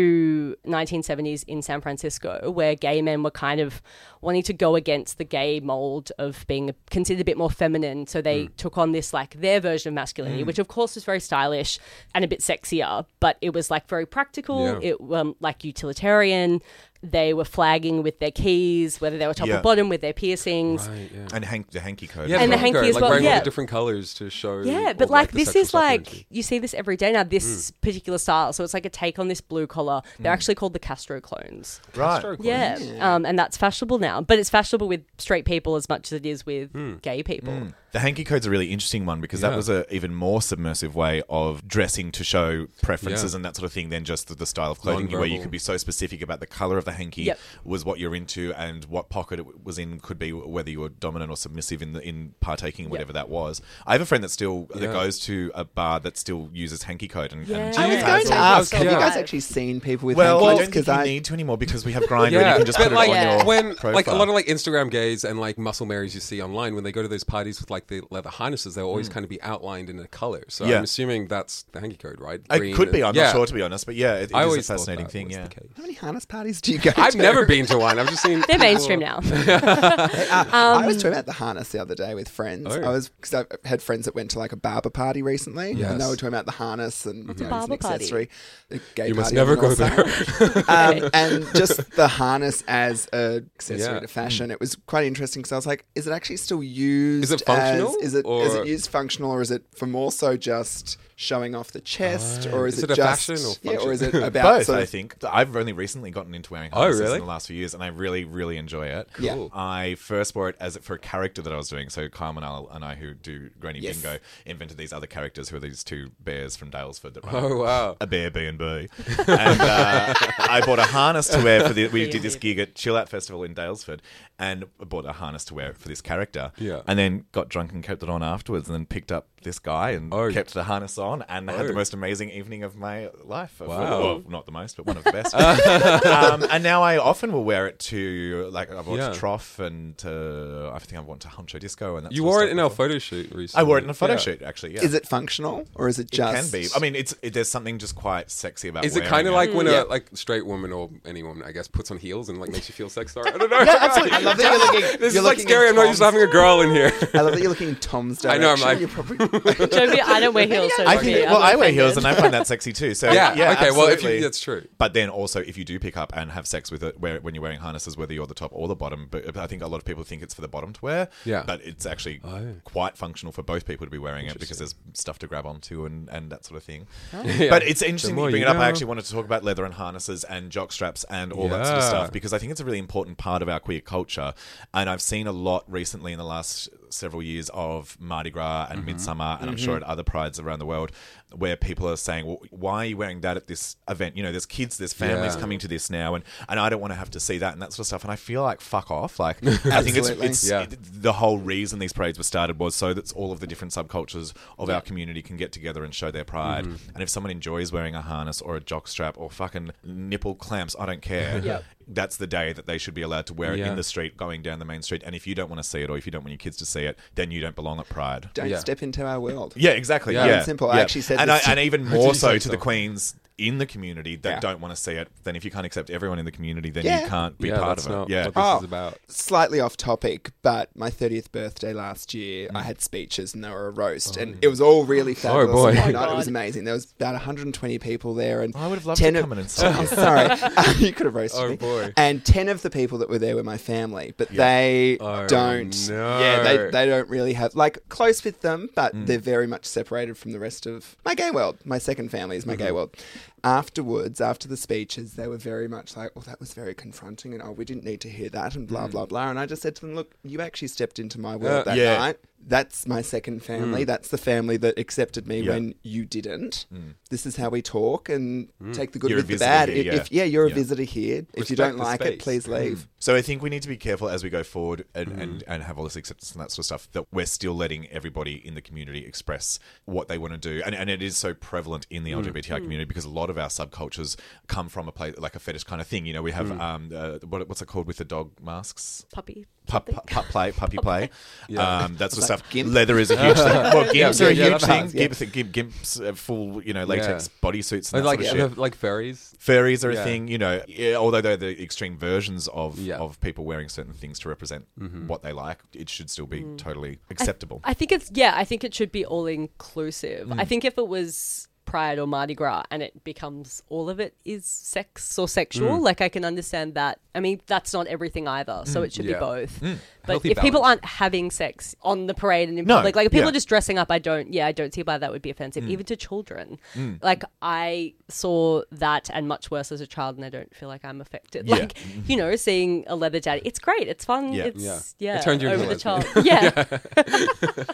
S5: 1970s in San Francisco where gay men were kind of wanting to go against the gay mold of being considered a bit more feminine. So they took on this like their version of masculinity, which of course was very stylish and a bit sexier, but it was like very practical.
S6: Yeah.
S5: It um, like utilitarian. They were flagging with their keys, whether they were top
S3: Yeah.
S5: or bottom, with their piercings.
S3: and hank, the hanky code.
S6: Yeah,
S5: And the
S6: there we go.
S5: hanky as
S6: like
S5: well,
S6: wearing all
S5: yeah.
S6: the different colors to show.
S5: Yeah,
S6: all,
S5: but like,
S6: the
S5: this
S6: sexual
S5: is like
S6: supplementary.
S5: you see this every day now. This particular style, so it's like a take on this blue collar. They're actually called the Castro clones.
S3: Right.
S5: Yeah, Um, and that's fashionable now, but it's fashionable with straight people as much as it is with gay people.
S4: Mm.
S3: The hanky code's a really interesting one because that
S6: Yeah.
S3: was a even more submersive way of dressing to show preferences and that sort of thing than just the, the style of clothing, where you
S6: Nonverbal.
S3: could be so specific about the color of the hanky
S5: Yep.
S3: was what you're into and what pocket it was in could be whether you were dominant or submissive in the, in partaking in whatever that was. I have a friend that still that
S6: Yeah.
S3: goes to a bar that still uses hanky code and, and
S5: Yeah.
S4: I was
S5: Yeah.
S4: going
S5: Yeah.
S4: to ask, have you
S6: Yeah.
S4: guys actually seen people with
S3: Well, I
S4: hankies?
S3: don't think you
S4: I-
S3: need to anymore because we have grinder and
S6: Yeah,
S3: you can just
S6: but
S3: put
S6: like
S3: it on your
S6: when
S3: profile.
S6: like a lot of like Instagram gays and like muscle Marys you see online when they go to those parties with like the leather harnesses, they'll always kind of be outlined in a color. So
S3: Mm. Yeah.
S6: I'm assuming that's the hanky code, right?
S3: it
S6: Green
S3: could be.
S6: and-
S3: I'm
S6: yeah.
S3: not sure to be honest, but yeah, it, it
S6: I
S3: is
S6: always
S3: a
S6: thought
S3: fascinating
S6: that
S3: thing.
S6: was
S3: Yeah.
S6: the case.
S4: How many harness parties do you go
S6: I've
S4: to?
S6: never been to one. I've just seen
S5: They're
S6: people-
S5: mainstream now.
S4: I was talking about the harness the other day with
S6: Oh.
S4: friends. I was because I had friends that went to like a barber party recently, and they
S6: Yes.
S4: were talking about the harness and you know,
S5: barber
S4: it's an
S5: party?
S4: accessory. A gay
S6: You must
S4: party
S6: never
S4: on the
S6: go
S4: north
S6: there.
S4: side. um, and just the harness as a accessory
S6: Yeah.
S4: to fashion. It was quite interesting because I was like, is it actually still used?
S6: Is it functional,
S4: As, is it is
S6: or-
S4: it used functional, or is it for more so just showing off the chest, or is,
S6: Is it
S4: it,
S6: a
S4: just
S6: fashion or
S4: yeah, or
S6: function?
S4: is it about
S3: Both,
S4: sort
S3: I
S4: of-
S3: think. I've only recently gotten into wearing
S6: Oh,
S3: harnesses
S6: really?
S3: in the last few years, and I really, really enjoy it.
S4: Yeah.
S6: Cool.
S3: I first wore it as for a character that I was doing. So Carl Manal and I, who do Granny
S4: Yes.
S3: Bingo, invented these other characters who are these two bears from Dalesford that run
S6: Oh wow.
S3: a bear B and B, and uh, I bought a harness to wear for the. We did this gig at Chill Out Festival in Dalesford, and bought a harness to wear for this character.
S6: Yeah.
S3: and then got drunk and kept it on afterwards, and then picked up this guy and
S6: Oh.
S3: kept the harness on, and had the
S6: Oh.
S3: most amazing evening of my life.
S6: Wow.
S3: Well, not the most, but one of the best. um, and now I often will wear it to like I've worn
S6: Yeah.
S3: to Trough and to I think I went to Huncho Disco and that
S6: You
S3: sort of
S6: wore it
S3: stuff
S6: in our
S3: before.
S6: photo shoot recently.
S3: I wore it in a photo
S6: Yeah.
S3: shoot actually. Yeah.
S4: Is it functional, or is it
S3: It
S4: just?
S3: can be. I mean, it's it, there's something just quite sexy about.
S6: Is it
S3: wearing
S6: kind of like when
S5: Mm.
S4: Yeah.
S6: a like straight woman or any woman, I guess, puts on heels and like makes you feel sexy? I don't know.
S3: absolutely.
S4: I love that you're looking.
S6: This
S4: you're
S6: is like
S4: looking
S6: scary. I'm
S4: into
S6: not used to
S4: Tom's-
S6: having a girl in here.
S4: I love that you're you're looking in Tom's
S6: I
S4: direction.
S6: know, I'm like-
S4: you're probably.
S5: Joby, I don't wear heels. So
S3: I
S5: maybe
S3: think,
S5: I'm
S3: well, I wear heels
S5: offended.
S3: and I find that sexy too. So
S6: Yeah,
S3: yeah,
S6: okay, well, if you-
S3: absolutely.
S6: that's true.
S3: But then also, if you do pick up and have sex with it where, when you're wearing harnesses, whether you're the top or the bottom, but I think a lot of people think it's for the bottom to wear.
S6: Yeah. Oh.
S3: but it's actually quite functional for both people to be wearing it because there's stuff to grab onto and, and that sort of thing. But it's interesting that
S6: Oh. more
S3: you bring
S6: you
S3: it up. I
S6: know.
S3: actually wanted to talk about leather and harnesses and jock straps and all that sort of
S6: Yeah.
S3: stuff because I think it's a really important part of our queer culture. And I've seen a lot recently in the last several years of Mardi Gras
S6: Mm-hmm.
S3: and Midsummer, and I'm sure at other prides around the world, where people are saying, well, why are you wearing that at this event? You know, there's kids, there's families
S6: Yeah.
S3: coming to this now, and, and I don't want to have to see that and that sort of stuff. And I feel like, fuck off. Like, I think it's,
S4: Absolutely.
S3: it's
S6: Yeah.
S3: it- the whole reason these parades were started was so that all of the different subcultures of our community can get together and show their pride.
S6: Mm-hmm.
S3: And if someone enjoys wearing a harness or a jock strap or fucking nipple clamps, I don't care. That's the day that they should be allowed to wear it
S6: Yeah.
S3: in the street, going down the main street. And if you don't want to see it or if you don't want your kids to see it, then you don't belong at Pride.
S4: Don't
S6: Yeah.
S4: step into our world.
S3: Yeah, exactly.
S6: Yeah.
S3: Yeah,
S6: Plain
S3: yeah.
S4: and simple. I actually said
S3: and,
S4: this
S3: I,
S4: to-
S3: and even more
S6: you
S3: so
S6: say
S3: to the
S6: so?
S3: queens in the community that
S4: Yeah.
S3: don't want to see it. Then if you can't accept everyone in the community, then
S4: Yeah.
S3: you can't be
S6: Yeah,
S3: part
S6: that's
S3: of it.
S6: not
S3: yeah,
S6: what this is about.
S4: Oh, Slightly off topic, but my 30th birthday last year, I had speeches and they were a roast, and it was all really fabulous.
S6: boy.
S4: and
S6: Mm. Oh my
S4: whatnot. It was
S5: God.
S4: amazing. There was about 120 people there, and
S3: I would have loved
S4: 10
S3: to
S4: of-
S3: come in and say
S4: I'm sorry, Uh, you could have roasted
S6: Oh,
S4: me.
S6: boy.
S4: And 10 of the people that were there were my family, but they
S6: Oh,
S4: don't.
S6: no.
S4: Yeah, they they don't really have like close with them, but
S3: Mm.
S4: they're very much separated from the rest of my gay world. My second family is my
S3: Mm-hmm.
S4: gay world. Afterwards, after the speeches, they were very much like, "Well, that was very confronting," and "Oh, we didn't need to hear that," and
S3: Mm.
S4: blah blah blah. And I just said to them, "Look, you actually stepped into my world
S6: Uh,
S4: that
S3: yeah. Mm.
S4: night. That's my second family. That's the family that accepted me
S3: Yeah. Mm.
S4: when you didn't. This is how we talk and take the good
S3: You're a
S4: with the
S3: visitor
S4: bad.
S3: here,
S4: If-
S3: yeah.
S4: If, yeah, you're a
S3: Yeah.
S4: visitor here. if you
S6: Respect
S4: don't
S6: the
S4: like it,
S6: space.
S4: please
S3: Mm.
S4: leave."
S3: So I think we need to be careful as we go forward and, and, and have all this acceptance and that sort of stuff that we're still letting everybody in the community express what they want to do. And, and it is so prevalent in the LGBTI community because a lot of our subcultures come from a place like a fetish kind of thing. You know, we have um, uh, what, what's it called with the dog masks?
S5: puppy.
S3: Pup,
S5: something.
S3: pup, pup play, puppy play. Um, that's the
S4: like,
S3: stuff.
S4: gimp.
S3: Leather is a huge thing. Well, gimps
S6: yeah,
S3: are a
S6: yeah,
S3: huge
S6: that's
S3: thing.
S4: ours, yeah.
S3: Gimp, gimp, gimps, uh, full, you know, latex bodysuits.
S6: Like
S3: And that
S6: like,
S3: sort of shit.
S6: like fairies.
S3: Fairies are
S6: Yeah.
S3: a thing, you know, yeah, although they're the extreme versions of,
S6: Yeah. Mm-hmm.
S3: of people wearing certain things to represent what they like, it should still be totally acceptable.
S5: Mm.
S3: Mm.
S5: I think it's yeah. I think it should be all inclusive. I think if it was Pride or Mardi Gras and it becomes all of it is sex or
S3: Mm.
S5: sexual, like I can understand that. I mean, that's not everything either, so
S3: Mm,
S5: it should
S6: Yeah.
S5: be both. But
S6: Healthy
S5: if people
S6: balance.
S5: aren't having sex on the parade and in
S3: No,
S5: public, like if
S3: yeah.
S5: people
S3: Mm.
S5: are just dressing up, I don't. Yeah, I don't see why that would be offensive, even to children. Like I saw that and much worse as a child, and I don't feel like I'm affected.
S3: Yeah.
S5: Like you know, seeing a leather daddy, it's great, it's fun,
S3: Yeah.
S5: it's
S6: Yeah.
S5: yeah,
S6: It turned you into
S5: over
S6: a
S5: the
S6: lesbian.
S5: top. yeah.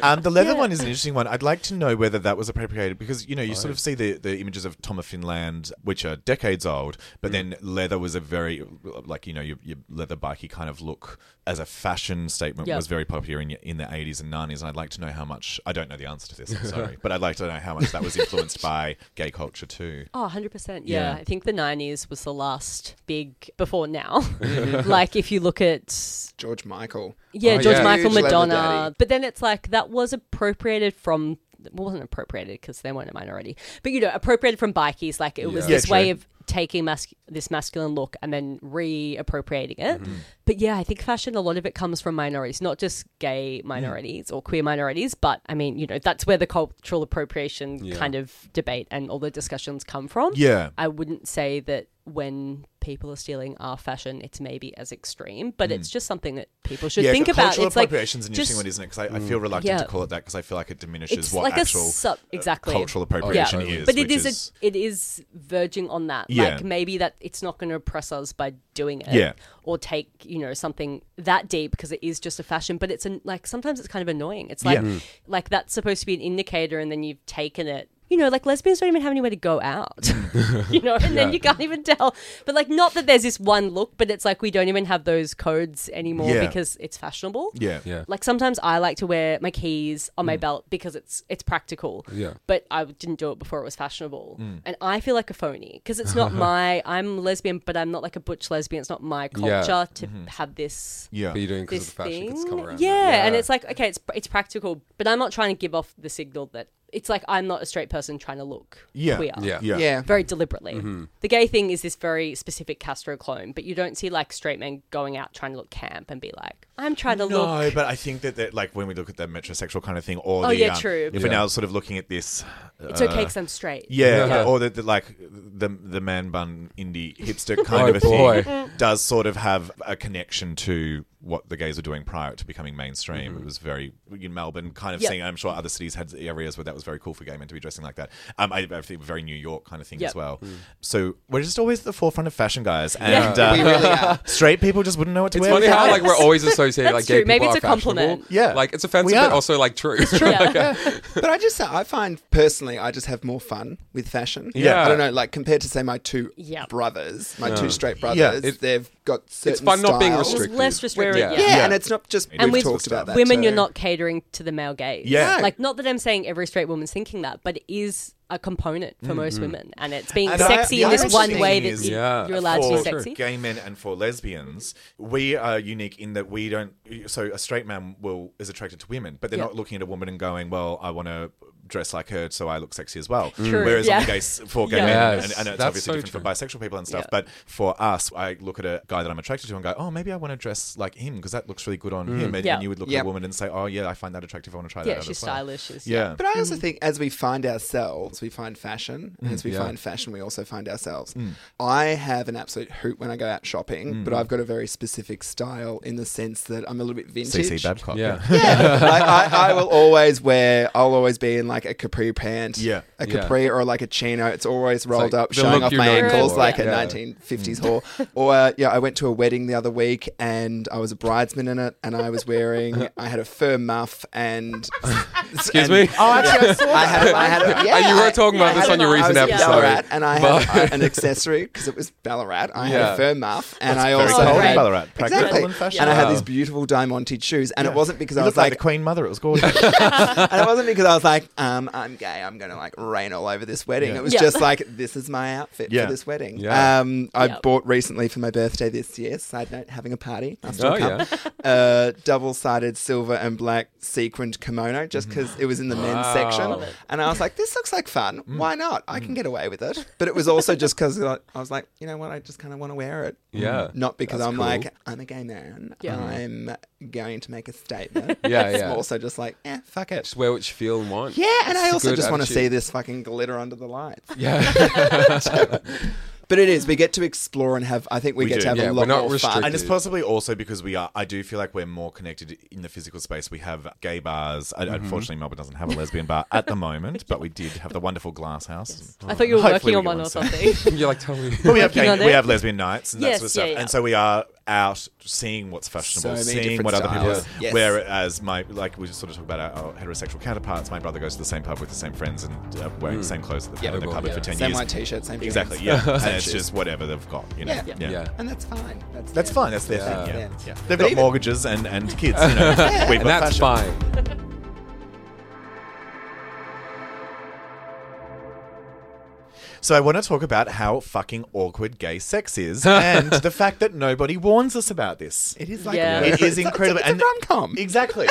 S3: um, the leather one is an interesting one. I'd like to know whether that was appropriated because, you know, you
S6: Oh,
S3: sort of see the, the images of Tom of Finland, which are decades old, but
S6: Mm.
S3: then leather was a very, like, you know, your, your leather bikey kind of look as a fashion statement
S5: Yeah.
S3: was very popular in, in the 80s and 90s. And I'd like to know how much, I don't know the answer to this, I'm sorry, but I'd like to know how much that was influenced by gay culture too.
S5: Oh, 100%. Yeah.
S3: Yeah.
S5: I think the 90s was the last big before now. like, if you look at,
S4: George Michael.
S5: yeah,
S6: Oh,
S5: George
S6: yeah.
S5: Michael,
S4: Huge leather
S5: Madonna.
S4: daddy.
S5: But then it's like that was appropriated from, well, wasn't appropriated because they weren't a minority, but you know, appropriated from bikies. Like, it was
S6: Yeah. Yeah,
S5: this way
S3: true.
S5: of taking mas- this masculine look and then reappropriating it. But yeah, I think fashion, a lot of it comes from minorities, not just gay minorities or queer minorities, but I mean, you know, that's where the cultural appropriation kind of debate and all the discussions come from.
S3: Yeah.
S5: I wouldn't say that when people are stealing our fashion, it's maybe as extreme, but it's just something that people should think
S3: cu- Hmm.
S5: about.
S3: Cultural
S5: It's like
S3: appropriation is an interesting
S5: just-
S3: one, isn't it? Because I, I feel reluctant to
S5: Yeah.
S3: call it that because I feel like it diminishes
S5: It's
S3: what
S5: like a
S3: actual uh,
S5: sub exactly
S3: cultural appropriation
S6: Yeah.
S3: is.
S5: but it
S3: which
S5: is, a, it is verging on that.
S3: Yeah.
S5: Like maybe that it's not going to oppress us by doing it,
S3: Yeah.
S5: or take you know something that deep because it is just a fashion. But it's an, like sometimes it's kind of annoying. It's like
S3: Yeah. Mm.
S5: like that's supposed to be an indicator, and then you've taken it. You know, like lesbians don't even have anywhere to go out. you know, and then you can't even tell. But like, not that there's this one look, but it's like we don't even have those codes anymore
S3: Yeah.
S5: because it's fashionable.
S3: yeah.
S6: Yeah.
S5: Like sometimes I like to wear my keys on my belt because it's it's practical.
S6: Mm. Yeah. Mm.
S5: But I didn't do it before it was fashionable, and I feel like a phony because it's not my. I'm lesbian, but I'm not like a butch lesbian. It's not my culture
S6: Yeah.
S5: to have this.
S3: Yeah.
S6: But you're doing because
S5: This
S6: of the fashion
S5: thing,
S6: that's come around.
S5: yeah. and it's like okay, it's it's practical, but I'm not trying to give off the signal that it's like I'm not a straight person trying to look
S3: Yeah.
S5: queer,
S6: Yeah. Mm-hmm.
S3: Yeah.
S4: Yeah.
S5: very deliberately. The gay thing is this very specific Castro clone, but you don't see like straight men going out trying to look camp and be like, I'm trying to
S3: no,
S5: look.
S3: but I think that, that like when we look at the metrosexual kind of thing, or
S5: Oh,
S3: the,
S5: yeah,
S3: um,
S5: true.
S3: If we're now sort of looking at this,
S5: It's
S3: uh,
S5: okay because I'm straight.
S3: Yeah,
S6: Yeah.
S3: or the, the like the the man bun indie hipster kind of
S6: Oh,
S3: a
S6: boy.
S3: thing does sort of have a connection to what the gays were doing prior to becoming mainstream.
S6: Mm-hmm.
S3: It was very in Melbourne kind of
S5: Yep.
S3: thing. I'm sure other cities had areas where that was very cool for gay men to be dressing like that. Um, I, I think very New York kind of thing as
S5: Yep.
S3: well.
S6: Mm.
S3: So we're just always at the forefront of fashion, guys, and uh,
S4: We really are.
S3: straight people just wouldn't know what to
S6: It's
S3: wear.
S6: funny how like we're always associated
S5: That's
S6: like gay
S5: true. Maybe
S6: people
S5: it's
S6: are
S5: a compliment.
S6: fashionable.
S3: Yeah.
S6: like it's offensive,
S3: We are.
S6: but also like true. It's true.
S4: But I just, I find personally, I just have more fun with fashion.
S6: Yeah.
S4: I don't know, like compared to say my two
S5: Yep.
S4: brothers, my two straight brothers,
S3: Yeah.
S6: It-
S4: they've got certain
S6: fun not being
S4: styles.
S5: It was
S6: restricted.
S5: less restricted.
S6: Yeah.
S5: Yeah.
S4: Yeah,
S3: Yeah.
S4: and it's not just
S3: And
S4: we've
S3: with
S4: talked about that.
S5: Women,
S4: too.
S5: you're not catering to the male gaze.
S3: Yeah.
S5: Like, not that I'm saying every straight woman's thinking that, but it is a component for most women. And it's being
S3: Mm-hmm. And I-
S5: sexy
S3: the
S5: in this
S3: irony
S5: one way
S3: thing
S5: that
S3: is-
S5: you,
S6: Yeah.
S5: are allowed to
S3: for
S5: be sexy.
S3: gay men and for lesbians, we are unique in that we don't. So a straight man will is attracted to women, but they're
S5: Yeah.
S3: not looking at a woman and going, "Well, I want to dress like her, so I look sexy as well."
S5: True,
S3: Whereas on
S5: yeah.
S3: the gay s- for gay
S5: Yeah.
S3: men, and, and
S6: Yes,
S3: it's
S6: that's
S3: obviously
S6: so
S3: different for
S6: true.
S3: bisexual people and stuff.
S5: Yeah.
S3: But for us, I look at a guy that I'm attracted to and go, "Oh, maybe I want to dress like him because that looks really good
S6: Mm.
S3: on him." And,
S5: Yeah.
S3: and you would look at
S4: Yep.
S3: a woman and say, "Oh, yeah, I find that attractive. I want to try that
S5: Yeah,
S3: out
S5: she's
S3: as well."
S5: stylish. She's,
S3: Yeah.
S4: But I also think as we find ourselves, we find fashion. And as we
S6: Mm, yeah. Mm.
S4: find fashion, we also find ourselves. I have an absolute hoot when I go out shopping, but I've got a very specific style in the sense that I'm a little bit vintage.
S3: CC Babcock.
S6: Yeah.
S4: Yeah. like, I, I will always wear, I'll always be in like a capri pant,
S3: Yeah.
S4: a
S6: Yeah.
S4: capri or like a chino. It's always rolled
S6: like
S4: up,
S6: the
S4: showing
S6: look
S4: off
S6: you're
S4: my
S6: known
S4: ankles
S6: for.
S4: like
S6: Yeah. Mm.
S4: a 1950s whore. Or, uh, yeah, I went to a wedding the other week and I was a bridesman in it and I was wearing, I had a fur muff and. Excuse
S6: me?
S4: Oh, actually, I saw that. I had, a- I had a- yeah,
S6: And you were
S4: I-
S6: talking about
S4: I
S6: this
S4: had
S6: on your
S4: a- I
S6: recent
S4: was in
S6: episode.
S4: Ballarat and I
S6: But-
S4: had a- an accessory because it was Ballarat. I had
S6: Yeah.
S4: a fur muff and I
S3: very
S4: also
S3: cold in
S4: had
S3: Ballarat. Practical
S4: exactly,
S3: and fashionable.
S4: and I had
S6: Wow.
S4: these beautiful diamanted shoes, and it wasn't because
S3: You
S4: I
S3: look
S4: was
S3: like
S4: like,
S3: the Queen Mother. It was gorgeous.
S4: and it wasn't because I was like, um, I'm gay, I'm gonna like rain all over this wedding.
S3: Yeah.
S4: It was
S5: Yeah.
S4: just like, this is my outfit
S3: Yeah.
S4: for this wedding.
S6: Yeah.
S4: Um, I
S5: Yep.
S4: bought recently for my birthday this year. Side note, having a party. I'll still
S6: Oh,
S4: come. Uh, double-sided silver and black sequined kimono, just because it was in the men's
S6: Mm-hmm. Wow. Mm. Love
S4: section, and I was like, this looks like fun. Why not? I can get away with it. But it was also just because I I was like, you know what? I just kind of want to wear it. Mm.
S6: Yeah.
S4: Not because
S6: That's
S4: I'm
S6: cool.
S4: like, I'm a gay man.
S5: Yeah.
S4: I'm going to make a statement.
S6: Yeah,
S4: It's
S6: yeah.
S4: also just like, eh, fuck it.
S6: Just wear what you feel and want.
S4: Yeah, and
S6: It's
S4: I
S6: a
S4: also
S6: good
S4: just want to
S6: attitude.
S4: see this fucking glitter under the lights.
S6: Yeah,
S4: But it is, we get to explore and have, I think we,
S3: We
S4: get
S3: do.
S4: to have
S6: Yeah,
S4: a
S6: we're
S4: lot
S6: not
S4: more fun.
S6: restricted.
S3: And it's
S6: do.
S3: possibly also because we are, I do feel like we're more connected in the physical space. We have gay bars. I Unfortunately, Melbourne doesn't have a lesbian bar at the moment, but we did have the wonderful glass house.
S5: I thought you were
S3: Hopefully
S5: working
S3: we get
S5: on one
S3: one
S5: or
S3: soon.
S5: something.
S6: you're like totally.
S3: But we have,
S5: Working
S3: gay,
S5: on
S3: we
S5: it.
S3: have lesbian nights and that
S5: Yes,
S3: sort of stuff.
S5: yeah, yeah.
S3: And so we are out seeing what's fashionable,
S4: So many
S3: seeing
S4: different
S3: what other people
S4: styles. Yes.
S3: Whereas my, like we just sort of talk about our, our heterosexual counterparts, my brother goes to the same pub with the same friends and uh, wearing the same clothes that they've had in the
S6: Terrible.
S3: cupboard
S6: Yeah.
S3: for 10
S4: Same
S3: years.
S4: white t-shirt, same jeans.
S3: Exactly, yeah. and it's
S4: shoes.
S3: just whatever they've got, you know.
S4: Yeah.
S3: yeah.
S6: Yeah.
S4: And that's fine. That's,
S3: That's
S4: them.
S3: fine. That's their
S6: Yeah.
S3: thing. Yeah.
S4: That's
S3: yeah.
S4: them.
S3: They've
S4: But
S3: got
S4: even-
S3: mortgages and, and kids. You know, We've
S6: And
S3: got
S6: that's
S3: fashion.
S6: fine.
S3: So I want to talk about how fucking awkward gay sex is, and the fact that nobody warns us about this.
S4: It is like,
S5: Yeah.
S4: a-
S3: It is incredible.
S4: It's a,
S3: and-
S4: rom-com.
S3: Exactly.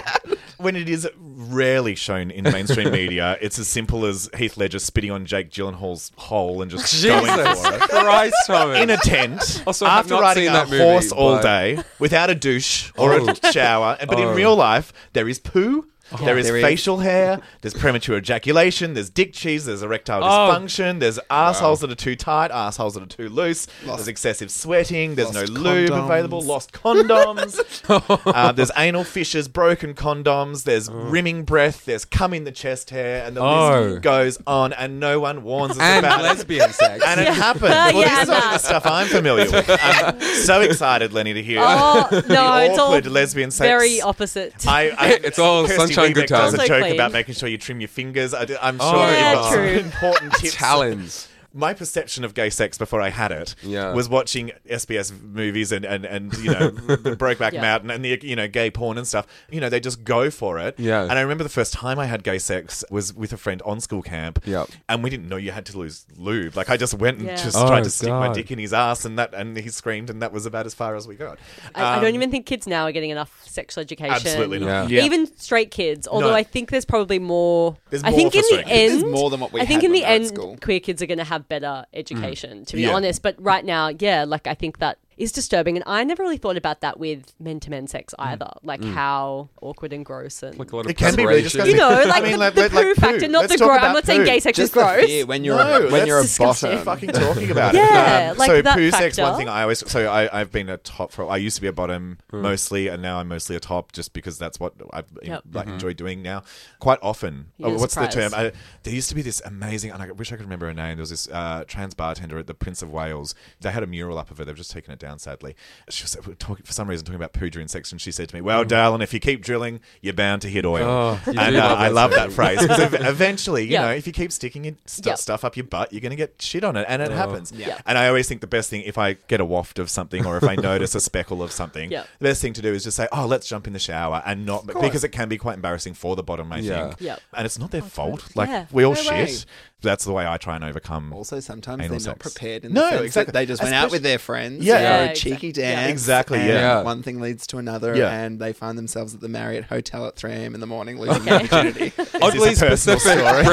S3: when it is rarely shown in mainstream media, it's as simple as Heath Ledger spitting on Jake Gyllenhaal's hole and just going
S6: Jesus
S3: for it.
S6: Christ, Thomas.
S3: In a tent,
S6: Also, I've
S3: after
S6: not
S3: riding
S6: seen
S3: a
S6: that movie,
S3: horse all
S6: but- Oh.
S3: day without a douche or a shower, and- but in real life, there is poo. there is
S4: there is.
S3: facial hair. There's premature ejaculation. There's dick cheese. There's erectile
S6: Oh.
S3: dysfunction. There's assholes that are too tight. Assholes that are too loose. There's excessive sweating. There's no
S4: Lost
S3: lube
S4: condoms.
S3: available. Lost condoms. uh, there's anal fissures. Broken condoms. There's rimming breath. There's cum in the chest hair, and the
S6: Oh.
S3: list goes on. And no one warns us
S6: and
S3: about it.
S6: lesbian sex.
S3: And it happened. Well, this is all the stuff I'm familiar with. I'm so excited, Lenny, to hear.
S5: Oh, no,
S3: the
S5: it's all
S3: awkward lesbian sex.
S5: very opposite.
S3: I, I,
S6: It's all
S3: Kirsty
S6: sunshine, good
S3: Wiebeck does
S6: times.
S3: a
S5: So
S3: joke
S5: clean.
S3: about making sure you trim your fingers. I, am
S6: Oh,
S3: sure
S6: Yeah,
S3: you've got
S5: true.
S3: some important tips.
S6: Talons.
S3: My perception of gay sex before I had it
S6: Yeah.
S3: was watching SBS movies and, and, and you know the Brokeback
S5: Yeah.
S3: Mountain and the you know gay porn and stuff. You know they just go for it.
S6: Yeah.
S3: And I remember the first time I had gay sex was with a friend on school camp.
S6: Yeah.
S3: And we didn't know you had to lose lube. Like I just went and
S5: Yeah.
S3: just
S6: Oh,
S3: tried to stick my
S6: God.
S3: dick in his ass and that and he screamed and that was about as far as we got. Um,
S5: I, I don't even think kids now are getting enough sexual education.
S3: Absolutely not.
S6: Yeah.
S3: Yeah.
S5: Even straight kids, although
S3: No.
S5: I think there's probably more.
S3: There's
S5: I
S3: more
S5: think
S3: for
S5: in the
S3: straight kids.
S5: end,
S4: There's more than what we
S5: I think
S4: had
S5: in
S4: when we
S5: the
S4: were at
S5: end,
S4: school.
S5: queer kids are going to have better education, to be
S3: Yeah.
S5: honest. But right now, yeah, like I think that is disturbing. And I never really thought about that with men to men sex
S3: Mm.
S5: either. Like how awkward and gross and.
S6: Like a lot of
S3: It can be really
S6: preparation.
S3: disgusting.
S5: you know,
S3: I
S5: like
S3: mean,
S5: the,
S3: like-
S5: the
S3: like-
S5: poo
S3: like poo.
S5: factor, not
S3: Let's
S5: the
S3: talk
S5: gross.
S3: about
S5: I'm not saying
S3: poo.
S5: gay sex
S7: Just
S5: is gross.
S7: the fear when you're
S3: No,
S7: a, when you're a
S3: that's
S5: disgusting.
S7: bottom.
S3: fucking talking about it. Um,
S5: Yeah, like
S3: so
S5: that
S3: poo sex,
S5: factor.
S3: one thing I always so I, I've been a top for I used to be a bottom
S6: Hmm.
S3: mostly, and now I'm mostly a top just because that's what I've
S5: Yep.
S3: like
S6: Mm-hmm.
S3: enjoy doing now. Quite often,
S5: You're
S3: oh, what's the
S5: surprised.
S3: term? I, there used to be this amazing, and I wish I could remember her name. There was this uh, trans bartender at the Prince of Wales. They had a mural up of her. They've just taken it down, sadly. She was we were talking for some reason talking about poo during sex, and she said to me, "Well, darling, if you keep drilling, you're bound to hit oil."
S6: Hmm. Oh, you
S3: and
S6: do
S3: uh,
S6: love
S3: I
S6: that
S3: love
S6: saying.
S3: that phrase because ev- eventually, you
S5: Yeah.
S3: know, if you keep sticking your stu-
S5: Yep.
S3: stuff up your butt, you're going to get shit on it, and it happens.
S5: Yeah.
S3: And I always think the best thing if I get a waft of something or if I notice a speckle of something,
S5: Yep.
S3: the best thing to do is just say, "Oh, let's jump in the shower," and not because it can be quite embarrassing for the bottom. I
S6: Yeah.
S3: think,
S5: Yep.
S3: and it's not their fault.
S5: totally.
S3: Like
S5: Yeah.
S3: we all
S5: No
S3: shit.
S5: way.
S3: That's the way I try and overcome.
S7: Also, sometimes
S3: Anal
S7: they're not
S3: sex.
S7: prepared. In
S3: No,
S7: the sense that
S3: exactly.
S7: They just went out
S3: Especially-
S7: with their friends.
S3: Yeah.
S7: they
S3: Yeah,
S7: had a
S5: exactly.
S7: cheeky
S5: Yeah.
S7: dance.
S3: Exactly,
S7: and
S6: yeah.
S7: One thing leads to another,
S3: Yeah.
S7: and they find themselves at the Marriott Hotel at 3 a.m. in the morning losing their virginity.
S6: Oddly
S3: This is a personal
S6: specific,
S3: story.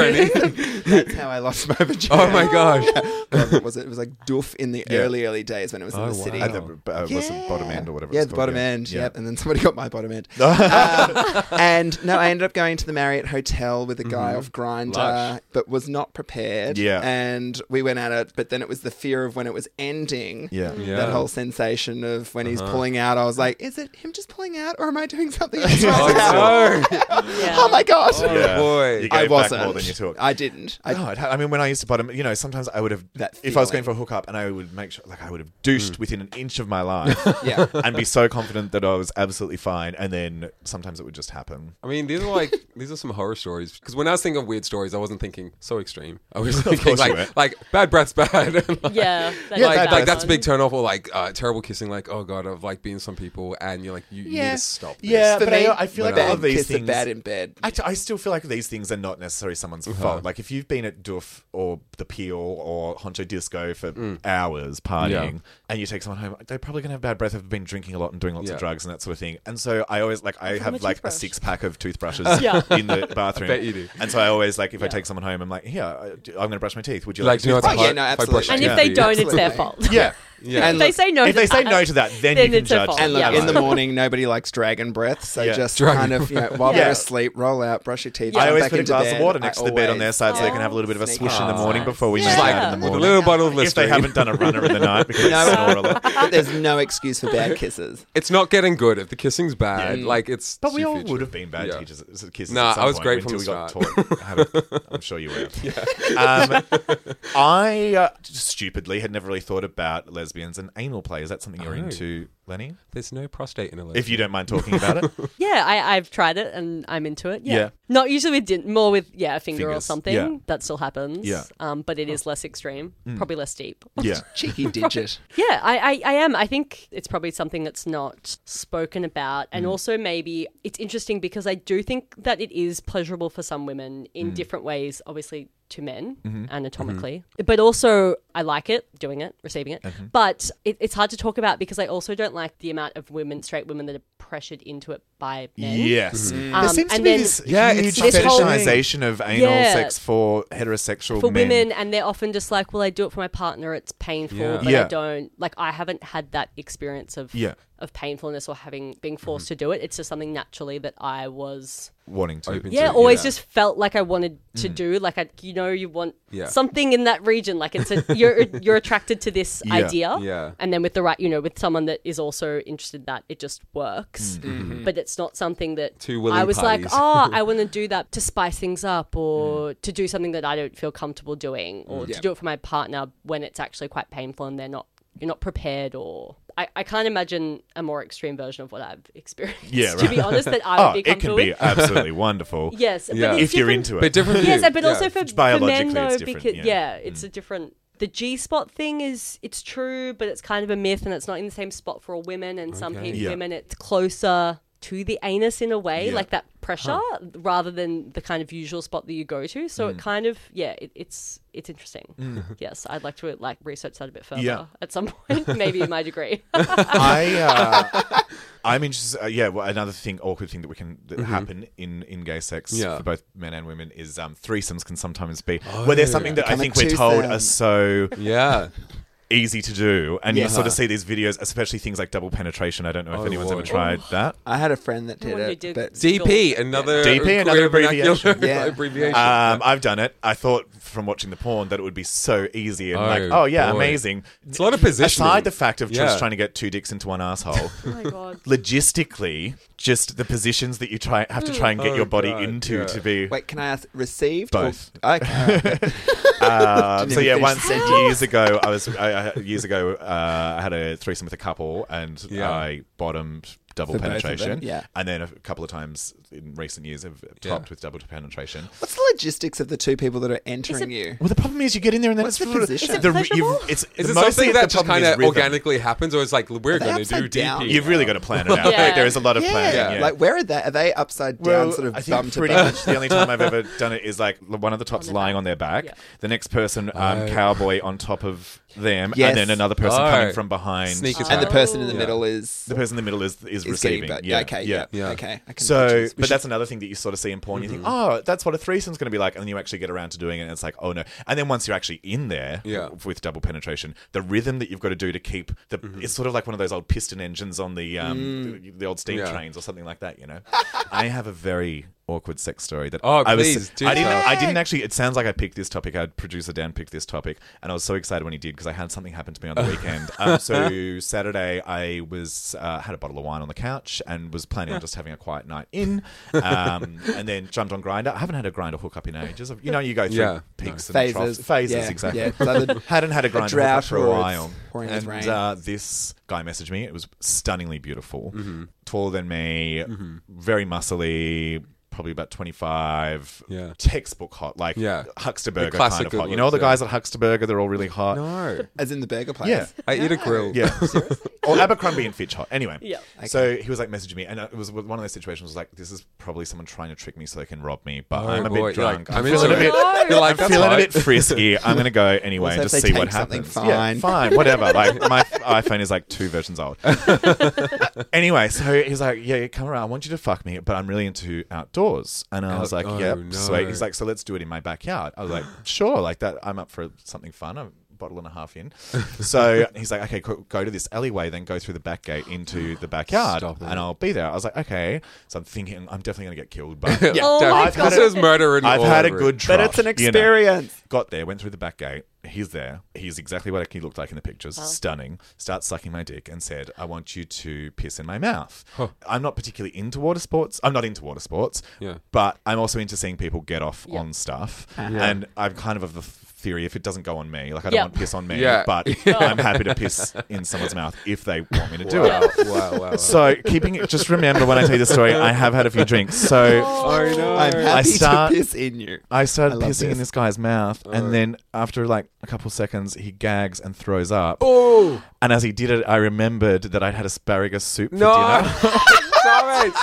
S6: Brenny.
S7: That's how I lost my virginity.
S6: Oh my gosh.
S7: God, what was it? It was like doof in the
S3: Yeah.
S7: early, early days when it was in
S6: Oh,
S7: the
S6: wow.
S7: city.
S3: At the uh, was it bottom end or whatever.
S7: Yeah,
S3: it's
S7: the
S3: called,
S7: bottom end.
S3: Yeah. Oh,
S7: Yep. And then somebody got my bottom end. Um, and no, I ended up going to the Marriott Hotel with a guy off Grinder,
S6: Lush.
S7: but was not prepared.
S3: Mm-hmm. Yeah.
S7: And we went at it, but then it was the fear of when it was ending.
S3: Yeah.
S6: Yeah.
S7: That whole sensation of when
S6: Uh-huh.
S7: he's pulling out, I was like, is it him just pulling out or am I doing something else? right now?
S6: Oh, no.
S5: Yeah.
S7: oh my God.
S3: Yeah.
S6: boy.
S3: You gave
S7: I
S3: back
S7: wasn't.
S3: more than you took. Oh.
S7: I didn't. I,
S3: no, I'd ha- I mean, when I used to bottom, you know, sometimes I would have
S7: That
S3: if I was
S7: feeling.
S3: going
S7: Mm.
S3: for a hookup, and I would make sure, like, I would have douched within an inch of my life,
S7: Yeah.
S3: and be so confident that I was absolutely fine, and then sometimes it would just happen.
S6: I mean, these are like these are some horror stories. Because when I was thinking of weird stories, I wasn't thinking so extreme. I was thinking
S3: course you
S6: like
S3: weren't.
S6: like bad breath's bad. like,
S5: Yeah, that is
S6: like,
S5: a
S6: like,
S5: bad
S6: that's a
S5: one.
S6: big turn off, or like uh, terrible kissing. Like oh god, I've like been some people, and you're like you, you need to stop. This.
S3: Yeah,
S7: For
S3: but
S7: me,
S3: I, I feel like
S6: But
S3: all
S7: bad
S3: of these
S7: kiss and
S3: things.
S7: bad in bed.
S3: I, I still feel like these things are not necessarily someone's
S6: Uh-huh.
S3: fault. Like if you've been at Doof or the Peel or Honcho Disco for
S6: Mm.
S3: hours partying, and you take someone home, they're probably gonna have bad breath. Have been drinking a lot and doing lots
S6: Yeah.
S3: of drugs and that sort of thing. And so I always like I have
S5: a
S3: like a
S5: toothbrush.
S3: six pack of toothbrushes
S5: Yeah.
S3: in the bathroom.
S6: bet you do.
S3: And so I always like if I take someone home, I'm like, here, I- I'm gonna brush my teeth. Would you
S6: Like
S3: like?
S6: do you know
S3: to
S6: what's
S7: Oh, yeah,
S6: hard?
S7: no,
S6: If I
S7: absolutely.
S6: brush my
S5: And
S6: teeth-
S5: if they don't, it's their
S7: Absolutely.
S5: fault.
S3: yeah.
S6: yeah.
S7: And
S5: If they
S7: look-
S5: say no,
S3: If
S5: to
S3: they say
S5: that,
S3: no to that, then,
S5: then
S3: you can
S5: it's their
S3: judge.
S5: fault.
S7: And look,
S5: Yeah.
S7: in the morning, nobody likes dragon breath, so
S3: Yeah.
S7: just
S6: Dragon
S7: kind of, you know, while
S3: Yeah.
S7: they're asleep, roll out, brush your teeth.
S5: Yeah.
S3: I
S7: jump
S3: always
S7: back
S3: put a
S7: into
S3: glass
S7: bed.
S3: of water
S7: I
S3: next to the bed on
S7: always
S3: their side so they can
S7: sneak
S3: have a little bit of a
S7: sneak
S3: swoosh in the
S7: up.
S3: morning before we
S5: She's
S6: Just
S3: knock
S6: like
S3: out
S5: Yeah.
S3: in the
S6: with a
S3: morning.
S6: little bottle of
S3: if they
S6: Listerine.
S3: haven't done a runner in the night because they snore a lot.
S7: There's no excuse for bad kisses.
S6: it's not getting good if the kissing's bad. Like it's.
S3: But we
S6: too
S3: all
S6: future.
S3: would have been bad
S6: Yeah.
S3: teachers, kids.
S6: Nah,
S3: at some
S6: I was
S3: point
S6: great from
S3: until
S6: the
S3: we got taught. how to- I'm sure you were. Um, I uh, stupidly had never really thought about lesbians and anal play. Is that something you're
S6: Oh.
S3: into, Lenny?
S6: There's no prostate in a
S3: If you don't mind talking about it,
S5: Yeah, I, I've tried it and I'm into it. Yeah.
S3: Yeah.
S5: Not usually with din- more with yeah, a finger or
S3: Fingers.
S5: something.
S3: Yeah.
S5: That still happens.
S3: Yeah. Oh. Mm.
S5: Um, but it is less extreme, probably less deep.
S3: yeah.
S7: Cheeky digit.
S5: Yeah, I, I, I am. I think it's probably something that's not spoken about. And
S3: Mm.
S5: also, maybe it's interesting because I do think that it is pleasurable for some women
S3: Mm.
S5: in different ways, obviously, to men
S3: Mm-hmm.
S5: anatomically. But also, I like it, doing it, receiving it.
S3: Mm-hmm.
S5: But it, it's hard to talk about because I also don't like the amount of women, straight women, that are pressured into it by men.
S3: Yes,
S5: Um,
S3: there seems to
S5: and
S3: be
S5: then-
S3: this
S6: Yeah, it's
S3: huge
S5: this whole-
S3: fetishization of anal
S5: Yeah.
S3: sex for heterosexual
S5: for
S3: men.
S5: women and they're often just like well i do it for my partner it's painful
S6: Yeah.
S5: but
S3: Yeah.
S5: i don't like i haven't had that experience of
S3: Yeah. Mm-hmm.
S5: of painfulness or having being forced to do it it's just something naturally that i was
S3: wanting to.
S6: Open Me
S5: yeah
S6: too,
S5: always
S6: yeah.
S5: just felt like i wanted to do like i you know you want
S6: Yeah.
S5: something in that region like it's a you're you're attracted to this
S3: Yeah.
S5: idea
S6: Yeah.
S5: and then with the right you know with someone that is also interested in that it just works but it's not something that
S6: Two willing
S5: i was
S6: parties.
S5: like oh i want to do that to spice things up or to do something that i don't feel comfortable doing or to do it for my partner when it's actually quite painful and they're not you're not prepared or I, I can't imagine a more extreme version of what I've experienced.
S3: Yeah,
S5: to
S3: right.
S5: be honest, that I would
S3: Oh,
S5: be
S3: it
S5: comfortable
S3: can be
S5: with.
S3: absolutely wonderful.
S5: Yes, but
S6: Yeah.
S5: it's
S3: if you're
S5: different-
S3: into it.
S6: But different.
S5: Yes,
S6: view.
S5: but
S6: Yeah.
S5: also for, for
S3: biologically,
S5: men though,
S3: it's different,
S5: because
S3: yeah.
S5: yeah,
S3: Mm.
S5: it's a different. The G spot thing is it's true, but it's kind of a myth, and it's not in the same spot for all women. And some
S6: Okay.
S5: pe-
S3: Yeah.
S5: women, it's closer to the anus in a way,
S3: Yeah.
S5: like that pressure, rather than the kind of usual spot that you go to. So
S6: Mm.
S5: it kind of yeah, it, it's it's interesting. Yes, I'd like to like research that a bit further
S3: Mm. Yeah.
S5: at some point, maybe in my degree.
S6: Oh
S3: I, uh, I'm interested. Uh, yeah, well, another thing, awkward thing that we can that happen in in gay sex
S6: Mm-hmm. Yeah. Oh,
S3: for both men and women is um, threesomes can sometimes be where there's something that I
S7: Become a
S3: think we're told
S7: twosome.
S3: are so
S6: yeah.
S3: easy to do, and you sort of see these videos, especially things like double penetration. I don't know if
S6: Oh,
S3: anyone's
S6: Lord.
S3: ever tried that.
S7: I had a friend that
S5: The
S7: did
S5: one who
S7: it,
S5: did-
S7: but
S6: DP, another
S3: DP,
S6: Korean
S3: another abbreviation.
S6: vernacular
S7: Yeah.
S6: abbreviation.
S3: Um, I've done it. I thought from watching the porn that it would be so easy and
S6: Oh,
S3: like, oh yeah,
S6: boy.
S3: amazing.
S6: It's a lot of positioning.
S3: Aside the fact of just
S6: Yeah.
S3: trying to get two dicks into one asshole,
S5: Oh my god.
S3: logistically, just the positions that you try have to try and get
S6: Oh,
S3: your body
S6: God,
S3: into
S6: yeah.
S3: to be.
S7: wait, can I ask received?
S3: Both.
S7: Or, okay.
S3: Um, so
S7: Didn't
S3: yeah,
S7: even
S3: once
S7: finish the
S3: years ago, I was I, I, years ago uh, I had a threesome with a couple, and
S6: Yeah.
S3: I bottomed double
S2: For both of them,
S3: penetration.
S7: yeah.
S3: and then a couple of times in recent years, I've topped with double penetration.
S7: What's the logistics of the two people that are entering you?
S3: Well, the problem is you get in there and then
S7: What's
S3: it's
S7: the
S3: sort of-
S7: position? Is it
S3: re-
S5: pleasurable?
S3: you've- it's
S6: Is it
S3: mostly
S6: something
S3: the
S6: that just
S3: problem
S6: kind
S3: is
S6: of
S3: rhythm.
S6: organically happens, or it's like we're
S7: they
S6: going to do
S7: upside down?
S6: DP?
S3: You've really got to plan it out.
S5: Yeah.
S3: Like, there is a lot of planning. Yeah.
S7: Like where are they? Are they upside down,
S3: Well,
S7: sort of
S3: I think
S7: bum to
S3: pretty
S7: bum?
S3: much the only time I've ever done it is like one of the tops
S5: their
S3: lying on their back,
S5: Yeah.
S3: the next person um, cowboy on top of them,
S7: Oh. Yes.
S3: and then another person coming
S6: Oh.
S3: from behind.
S6: Sneak attack.
S7: And the person in the
S6: Yeah.
S7: middle is
S3: The person in the middle is
S7: is
S3: is, receiving.
S7: getting but
S3: yeah.
S7: Okay,
S3: yeah.
S7: yeah,
S6: Yeah.
S7: okay. I can picture
S3: So,
S7: this. Mm-hmm. We
S3: but
S7: should-
S3: that's another thing that you sort of see in porn. You think, oh, that's what a threesome's going to be like, and then you actually get around to doing it, and it's like, oh no. And then once you're actually in there,
S6: Yeah.
S3: w- with double penetration, the rhythm that you've got to do to keep the,
S6: Mm-hmm.
S3: it's sort of like one of those old piston engines on the um, the, the old steam
S6: Mm. Yeah.
S3: trains or something like that. You know, I have a very awkward sex story that
S6: Oh,
S3: I was
S6: please, do
S3: I didn't
S6: tell.
S3: I didn't actually it sounds like I picked this topic I producer Dan picked this topic and I was so excited when he did because I had something happen to me on the weekend um, so Saturday I was uh, had a bottle of wine on the couch and was planning on just having a quiet night in um, and then jumped on grinder I haven't had a grinder hookup in ages you know you go through
S6: Yeah.
S3: peaks and
S7: Phases.
S3: troughs phases
S7: Yeah,
S3: exactly
S7: yeah. It's either
S3: hadn't had a
S7: a
S3: grinder hookup
S7: drought
S3: for a
S7: or it's
S3: while
S7: pouring with
S3: and
S7: rain.
S3: uh, this guy messaged me it was stunningly beautiful
S6: Mm-hmm.
S3: taller than me very muscly Probably about twenty five,
S6: Yeah.
S3: textbook hot, like
S6: Yeah.
S3: Huxterburger
S6: The
S3: kind
S6: classic
S3: of hot. You
S6: good
S3: know all the
S6: ones,
S3: guys at Huxterburger, they're all really hot.
S6: no.
S7: as in the burger place.
S3: Yeah.
S6: I eat a grill.
S3: Yeah. or Abercrombie and Fitch hot. Anyway.
S5: Yeah.
S3: So he was like messaging me, and it was one of those situations. Was like, this is probably someone trying to trick me so they can rob me, but
S6: Oh,
S3: I'm a
S6: boy.
S3: bit drunk.
S6: You're like,
S3: I'm,
S6: I'm
S3: feeling a
S6: into
S3: bit.
S6: it. You're like,
S3: I'm
S6: that's
S3: feeling a
S6: fine.
S3: bit frisky. I'm gonna go anyway
S7: Also,
S3: and
S7: if
S3: just
S7: they
S3: see what
S7: take something,
S3: happens. Yeah,
S7: fine.
S3: fine, whatever. Like my iPhone is like two versions old. anyway, so he's like, yeah, come around. I want you to fuck me, but I'm really into outdoors. And I was like,
S6: Out- oh,
S3: yep,
S6: no.
S3: sweet. He's like, so let's do it in my backyard. I was like, sure, like that. I'm up for something fun. I'm a bottle and a half in. So he's like, okay, cool, go to this alleyway, then go through the back gate into the backyard,
S6: Stop it.
S3: and I'll be there. I was like, okay. So I'm thinking, I'm definitely gonna get killed, but
S6: Yeah.
S5: Oh my
S3: I've had
S5: god.
S6: This is murder and
S3: I've
S6: all
S3: had a
S6: over it.
S3: good trot.
S7: But it's an
S3: you know.
S7: experience.
S3: Got there, went through the back gate. He's there. He's exactly what he looked like in the pictures. Stunning. Starts sucking my dick and said, I want you to piss in my mouth. I'm not particularly into water sports. I'm not into water sports.
S6: Yeah.
S3: But I'm also into seeing people get off
S5: Yeah.
S3: on stuff. And I'm kind of of the theory if it doesn't go on me, like I don't
S5: Yeah.
S3: want piss on me,
S6: Yeah.
S3: but I'm happy to piss in someone's mouth if they want me to do
S6: Wow,
S3: it.
S6: wow, wow.
S3: So keeping it, just remember when I tell you the story, I have had a few drinks. So
S6: oh, no.
S7: I'm happy
S3: I start-
S7: to piss in you.
S3: I started
S7: I love
S3: pissing in
S7: this.
S3: this guy's mouth, and then after like a couple seconds, he gags and throws up.
S6: oh,
S3: And as he did it, I remembered that I'd had asparagus soup for
S6: no.
S3: dinner.
S6: Damn it.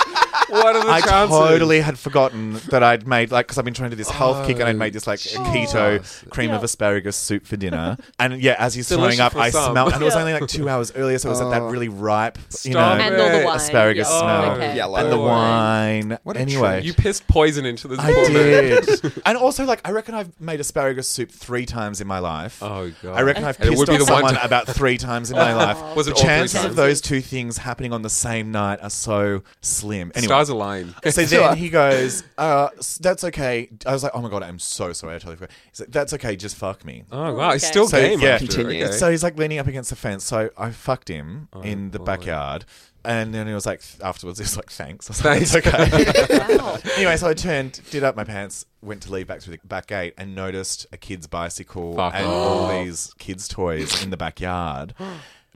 S6: What are the
S3: I
S6: chances?
S3: totally had forgotten that I'd made like because I've been trying to do this health kick and I'd
S6: Oh,
S3: made this like keto cream of asparagus soup for dinner. and yeah, as he's throwing
S6: Delicious
S3: up,
S6: for
S3: I
S6: some. Oh.
S3: smelled, and it was only like two hours earlier, so it was at that really ripe, you know,
S6: Stop
S5: And all the
S6: it.
S5: wine.
S3: asparagus
S5: Yeah.
S3: smell
S5: Okay.
S7: Yellow.
S3: and the
S6: Oh.
S3: wine.
S7: What a
S3: anyway,
S7: treat.
S6: You pissed poison into this
S3: I
S6: poor man.
S3: did. and also, like, I reckon I've made asparagus soup three times in my life.
S6: Oh, God.
S3: I reckon I've
S6: And it would
S3: pissed
S6: be
S3: on
S6: the one
S3: someone
S6: time-
S3: about three times in my life.
S6: Was
S3: the
S6: it all three
S3: chances of
S6: times?
S3: those two things happening on the same night are so slim. Anyway.
S6: Stars align.
S3: So then he goes, uh, s- "That's okay." I was like, "Oh my god, I'm so sorry." I totally forgot. He's like, "That's okay, just fuck me."
S6: Oh, wow. He's still
S3: So,
S6: game.
S3: yeah.
S6: after,
S7: Continue.
S6: okay. Oh,
S3: So he's like leaning up against the fence. So I fucked him in the backyard, and then he was like, afterwards, he was like, "Thanks." I was like, "That's okay."
S5: Wow.
S3: Anyway, so I turned, did up my pants, went to leave back through the back gate, and noticed a kid's bicycle
S6: Fuck
S3: and
S6: off.
S3: all these kids' toys in the backyard.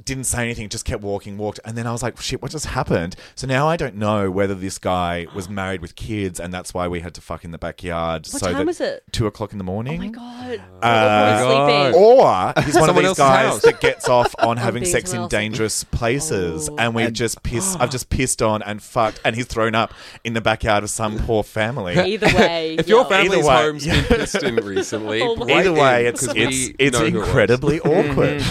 S3: Didn't say anything, just kept walking, walked, and then I was like, "Shit, what just happened?" So now I don't know whether this guy was married with kids, and that's why we had to fuck in the backyard.
S5: What
S3: so
S5: time
S3: that-
S5: was it?
S3: Two o'clock in the
S5: Oh
S3: morning.
S5: my god.
S3: Uh,
S5: Everyone's sleeping.
S3: Or he's one of
S6: Someone
S3: these
S6: else's
S3: guys
S6: house.
S3: that gets off on having
S5: being
S3: sex in
S5: someone else's-
S3: dangerous places,
S5: Oh.
S3: and we just piss.
S6: ah.
S3: I've just pissed on and fucked, and he's thrown up in the backyard of some poor family.
S5: Either way.
S6: If your
S5: yeah.
S6: family's
S3: Either way.
S6: home's been pissed in recently,
S5: Oh my
S6: write
S3: Either way,
S6: in,
S3: it's
S6: 'cause
S3: it's
S6: we
S3: it's
S6: know who it was.
S3: incredibly awkward.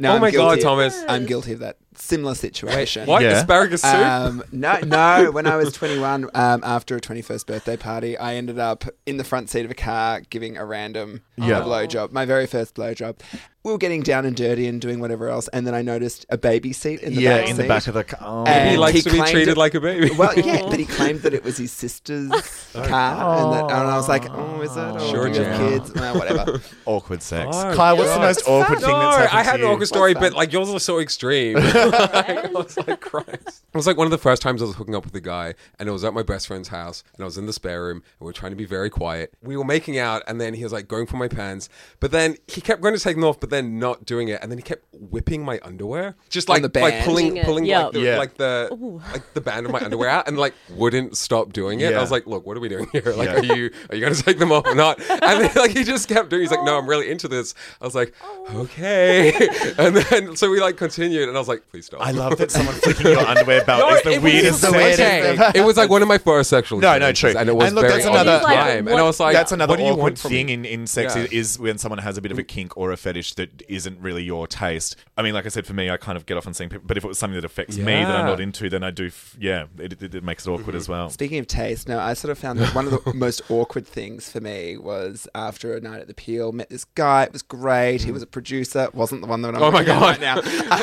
S7: No,
S6: oh
S7: I'm
S6: my
S7: guilty.
S6: god, Thomas.
S7: I'm guilty of that
S4: similar situation.
S6: What asparagus soup?
S4: Um, no, no. When I was 21, um, after a 21st birthday party, I ended up in the front seat of a car giving a random
S3: Yeah.
S4: a blowjob, my very first blowjob. We were getting down and dirty and doing whatever else, and then I noticed a baby seat in the
S3: yeah,
S4: back
S3: in the
S4: seat.
S3: back of the car. Oh,
S4: And
S6: he likes to be
S4: claimed
S6: treated
S4: it-
S6: like a baby.
S4: Well, yeah, but he claimed that it was his sister's car, and, that, and I was like, "Oh, is it? Oh,
S6: Sure,
S4: do you have
S6: Jan.
S4: kids? No, whatever."
S3: awkward sex.
S6: Oh,
S3: Kyle, what's the
S6: God.
S3: most awkward thing
S6: no,
S3: that's happened
S6: I had
S3: to
S6: an
S3: you?
S6: awkward story, but like yours was so extreme. Like, I was like, Christ. It was like one of the first times I was hooking up with a guy, and it was at my best friend's house, and I was in the spare room, and we were trying to be very quiet. We were making out, and then he was like going for my pants, but then he kept going to take them off, but then not doing it, and then he kept whipping my underwear, just
S4: On
S6: like
S4: the
S6: like
S4: band.
S6: pulling
S5: Doing it.
S6: pulling
S5: Yeah.
S6: like the
S3: Yeah.
S6: like the like the band of my underwear out, and like wouldn't stop doing it.
S3: Yeah.
S6: I was like, look, what are we doing here? Like,
S3: Yeah.
S6: are you are you going to take them off or not? And then like he just kept doing. He's like, no, I'm really into this. I was like,
S3: Oh.
S6: okay. And then so we like continued, and I was like, please stop.
S3: I love that someone flicking your underwear belt
S6: No,
S3: is the
S6: it
S3: weirdest
S6: was the
S3: thing.
S6: weirdest thing. It was like one of my first sexual.
S3: No, no,
S6: experiences,
S3: true.
S6: And it was
S3: And look,
S6: very
S3: that's
S6: odd at
S3: another-
S6: the time. and I was like,
S3: That's another
S6: what do you
S3: awkward
S6: want from
S3: thing
S6: me?
S3: in, in sex
S6: Yeah. Mm.
S3: is, is when someone has a bit of a kink or a fetish that isn't really your taste. I mean, like I said, for me, I kind of get off on seeing people, but if it was something that affects me that I'm
S6: Yeah. Mm-hmm.
S3: not into, then I do, f- yeah, it, it, it makes it awkward as well.
S4: Speaking of taste, no, I sort of found that one of the most awkward things for me was after a night at the Peel, met this guy. It was great. He was a producer. wasn't the one that I'm.
S6: Mm. Oh my
S4: looking at
S6: God.
S4: Right now,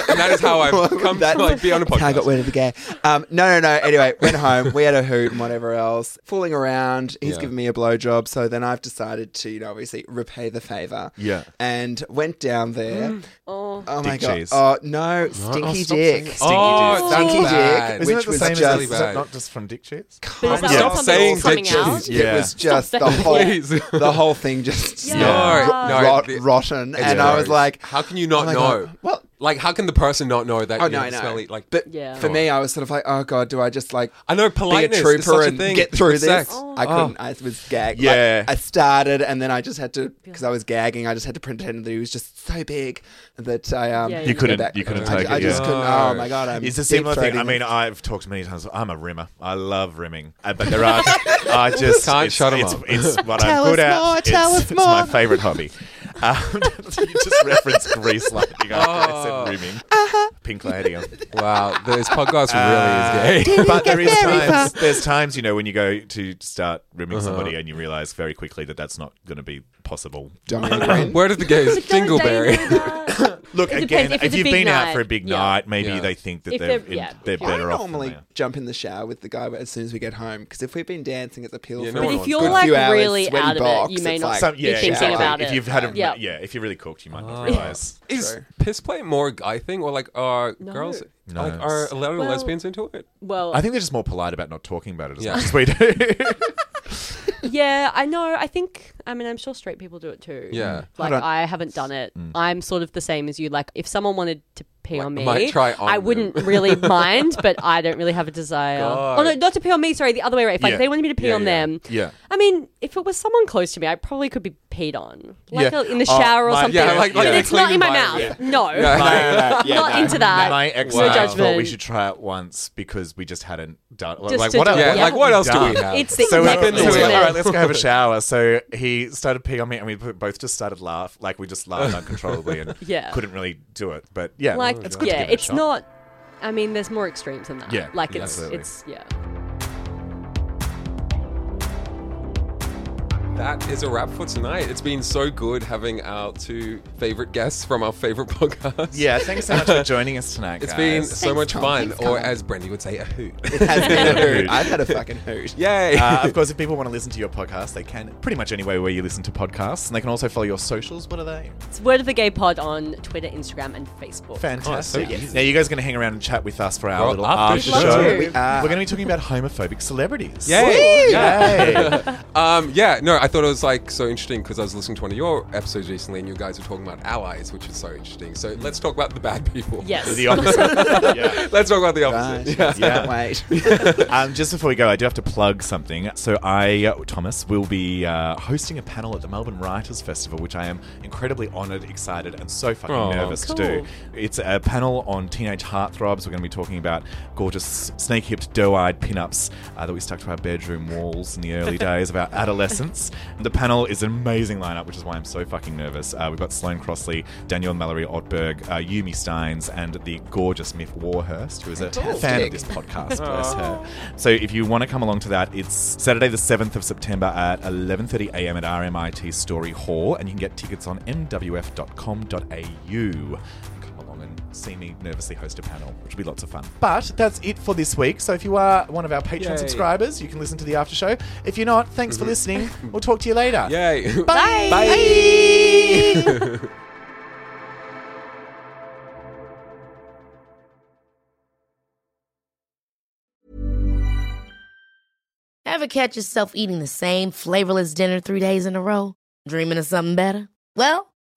S6: And that is how I've come to, like, be on a
S4: that's how I
S6: podcast.
S4: got word of the gay. Um, no, no, no. Anyway, went home. We had a hoot and whatever else. Fooling around. He's
S6: Yeah.
S4: given me a blowjob, so then I've decided to, you know, obviously repay the favor.
S3: Yeah.
S4: And went down there.
S6: Mm.
S5: Oh,
S4: Oh my
S3: Dick
S4: god!
S3: cheese.
S4: Oh no, stinky
S6: stop
S4: dick,
S6: saying-
S4: stinky
S6: Oh,
S4: dick,
S6: that's
S4: stinky
S6: bad.
S4: dick,
S3: Isn't
S4: which
S3: it the
S4: was
S3: same
S4: just
S3: as, is
S6: bad.
S3: that not just from dick cheese?
S5: But is that
S6: Yeah.
S5: not
S6: Stop
S5: something that's
S6: saying
S5: coming
S6: dick
S5: out?
S6: cheese.
S3: Yeah.
S4: It was just
S5: Stop
S4: the
S5: saying
S4: whole
S6: Please.
S4: the whole thing just
S5: Yeah.
S4: smelled
S6: No, no,
S4: rot-
S6: the-
S4: rotten,
S6: It's
S4: and I
S6: gross.
S4: was like,
S6: how can you not
S4: oh my
S6: know?
S4: God. Well,
S6: like, how can the person not know that?
S4: oh
S6: you
S4: no, I
S6: have
S4: know.
S6: Smelly, like,
S4: but
S5: Yeah.
S4: for me, I was sort of like, oh god, do I just like
S6: I know
S4: be
S6: politeness
S4: a
S6: is
S4: trooper
S6: such a
S4: and
S6: thing
S4: get through
S6: with
S4: this?
S6: sex.
S4: I couldn't. I was gagged. Like,
S3: Yeah.
S4: I started, and then I just had to because I was gagging. I just had to pretend that he was just so big that I um
S5: Yeah, You
S4: had to go
S3: couldn't-
S4: back.
S3: you couldn't
S4: I,
S3: take
S4: I
S3: it,
S4: just
S3: yeah.
S4: couldn't. Oh my god, I'm
S3: It's a similar
S4: deep-throating
S3: thing. I
S4: this.
S3: mean, I've talked many times. I'm a rimmer. I love rimming, Uh, but there are. I just
S6: Can't
S3: it's,
S6: shut 'em
S3: it's,
S6: up.
S3: It's what
S4: Tell
S3: I'm
S4: us
S3: good at.
S4: more,
S3: it's,
S4: tell us
S3: it's my
S4: more.
S3: favorite hobby. Um, you just referenced grease lightning after
S6: Oh.
S3: I said rimming.
S5: Uh-huh.
S3: Pink Palladium.
S6: Wow, this podcast really is gay.
S3: Uh, but there is times, there's times you know when you go to start rimming
S6: Uh-huh.
S3: somebody and you realize very quickly that that's not going to be possible.
S4: Dominic Green.
S6: Where did the gays? Dingleberry.
S3: Look
S5: It depends
S3: again,
S5: if
S3: if,
S5: it's a
S3: you've
S5: big
S3: been out
S5: night.
S3: for a big
S5: Yeah.
S3: night, maybe
S6: Yeah.
S3: they think that
S5: If
S3: they're
S5: they're- yeah,
S3: they're
S5: if you're-
S4: I
S3: better off. than they
S4: normally
S3: are.
S4: jump in the shower with the guy as soon as we get home because if we've been dancing at the pill
S6: Yeah,
S4: for
S6: no
S5: But
S6: one
S4: a
S5: if
S6: wants
S5: you're
S6: that.
S4: good
S5: like
S4: few hours,
S5: really
S4: sweaty
S5: out of
S4: box,
S5: it, you may
S4: it's
S5: not
S4: like,
S3: Some-
S5: be
S3: yeah,
S5: thinking
S3: exactly.
S5: about
S3: if
S5: it.
S3: you've had a, yeah.
S5: Yeah.
S3: if you really cooked, you might
S6: Oh.
S3: not realize.
S6: Is piss play more a guy thing, or like are girls
S3: No.
S6: like are a lot of
S5: Well-
S6: lesbians into it?
S5: Well,
S3: I think they're just more polite about not talking about it as
S6: Yeah.
S3: much as we do.
S5: yeah, I know. I think. I mean, I'm sure straight people do it too.
S6: Yeah. Mm.
S5: Like
S4: Hold on.
S5: I haven't done it. I'm sort of the same as you. Like if someone wanted to pee on me,
S6: might try on
S5: I
S6: them.
S5: wouldn't really mind, but I don't really have a desire.
S6: God.
S5: Oh no, not to pee on me. Sorry, the other way around. If like
S3: Yeah.
S5: they wanted me to pee
S6: Yeah,
S5: on
S6: yeah.
S5: them,
S3: Yeah.
S5: I mean, if it was someone close to me, I probably could be peed on, like
S3: Yeah.
S5: a- in the
S3: Oh,
S5: shower or
S3: my-
S5: something.
S3: yeah,
S6: like-
S5: but
S6: like
S5: it's
S6: the
S5: not
S6: clean
S5: in my mouth.
S6: environment.
S5: No, not into that.
S3: My ex
S5: no
S6: Wow.
S3: thought we
S5: judgment.
S3: should try it once because we just hadn't done.
S5: Just
S3: like,
S5: to
S3: what,
S5: do-
S3: else-
S6: Yeah,
S5: Yeah.
S6: like what else do we have?
S5: It's the
S3: So we
S5: exact
S3: went,
S6: Weapons,
S3: so we went,
S5: same
S6: yeah.
S3: all
S5: thing.
S3: right, let's go have a shower. So he started peeing on me, and we both just started laugh, like we just laughed uncontrollably, and
S5: Yeah.
S3: couldn't really do it. But yeah,
S5: like
S3: it's good to
S5: yeah,
S3: give it a
S5: it's
S3: shot.
S5: not. I mean, there's more extremes than that.
S3: Yeah,
S5: like it's
S6: absolutely.
S5: it's yeah.
S6: That is a wrap for tonight. It's been so good having our two favorite guests from our favorite podcast.
S3: Yeah, thanks so much for joining us tonight.
S6: It's been
S3: guys.
S6: so much fun, or as Brandy would say, a hoot.
S4: Has been a hoot.
S3: Hoot.
S4: I've had a fucking hoot.
S6: Yay!
S3: Uh, of course, if people want to listen to your podcast, they can pretty much anywhere where you listen to podcasts, and they can also follow your socials. What are they?
S5: It's Word of the Gay Pod on Twitter, Instagram, and Facebook.
S3: Fantastic.
S6: Oh, that's so easy.
S3: now you guys are going to hang around and chat with us for our
S6: Well,
S3: little after
S6: after
S5: show.
S3: show.
S5: We'd love to.
S3: We are going to be talking about homophobic celebrities.
S6: Yay!
S3: Yay.
S6: Um, yeah, no, I thought it was like so interesting because I was listening to one of your episodes recently, and you guys were talking about allies, which is so interesting. So let's talk about the bad people.
S5: Yes.
S3: the opposite. yeah.
S6: Let's talk about the
S4: Right.
S6: opposite. Yeah.
S4: Can't wait.
S3: um, just before we go, I do have to plug something. So I, Thomas, will be uh, hosting a panel at the Melbourne Writers Festival, which I am incredibly honoured, excited, and so fucking
S6: Aw.
S3: nervous to do. It's a panel on teenage heartthrobs. We're going to be talking about gorgeous snake-hipped, doe-eyed pinups uh, that we stuck to our bedroom walls in the early days of our adolescence. The panel is an amazing lineup, which is why I'm so fucking nervous. Uh, we've got Sloane Crossley, Daniel Mallory Ottberg, uh, Yumi Steins, and the gorgeous Miff Warhurst, who is a fan of this podcast. Bless her. So if you want to come along to that, it's Saturday the 7th of September at 11.30 a.m. at RMIT Story Hall, and you can get tickets on mwf.com.au. Come along and see me nervously host a panel, which will be lots of fun. But that's it for this week. So if you are one of our Patreon
S6: Yay.
S3: subscribers, you can listen to the after show. If you're not, thanks for listening. We'll talk to you later.
S6: Yay.
S3: Bye.
S6: Bye.
S8: Ever catch yourself eating the same flavorless dinner three days in a row? Dreaming of something better? Well,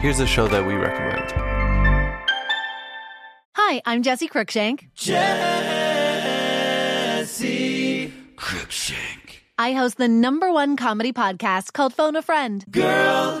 S9: Here's a show that we recommend.
S10: Hi, I'm Jesse Cruikshank.
S11: Jesse Cruikshank.
S10: I host the number one comedy podcast called Phone a Friend.
S11: Girl,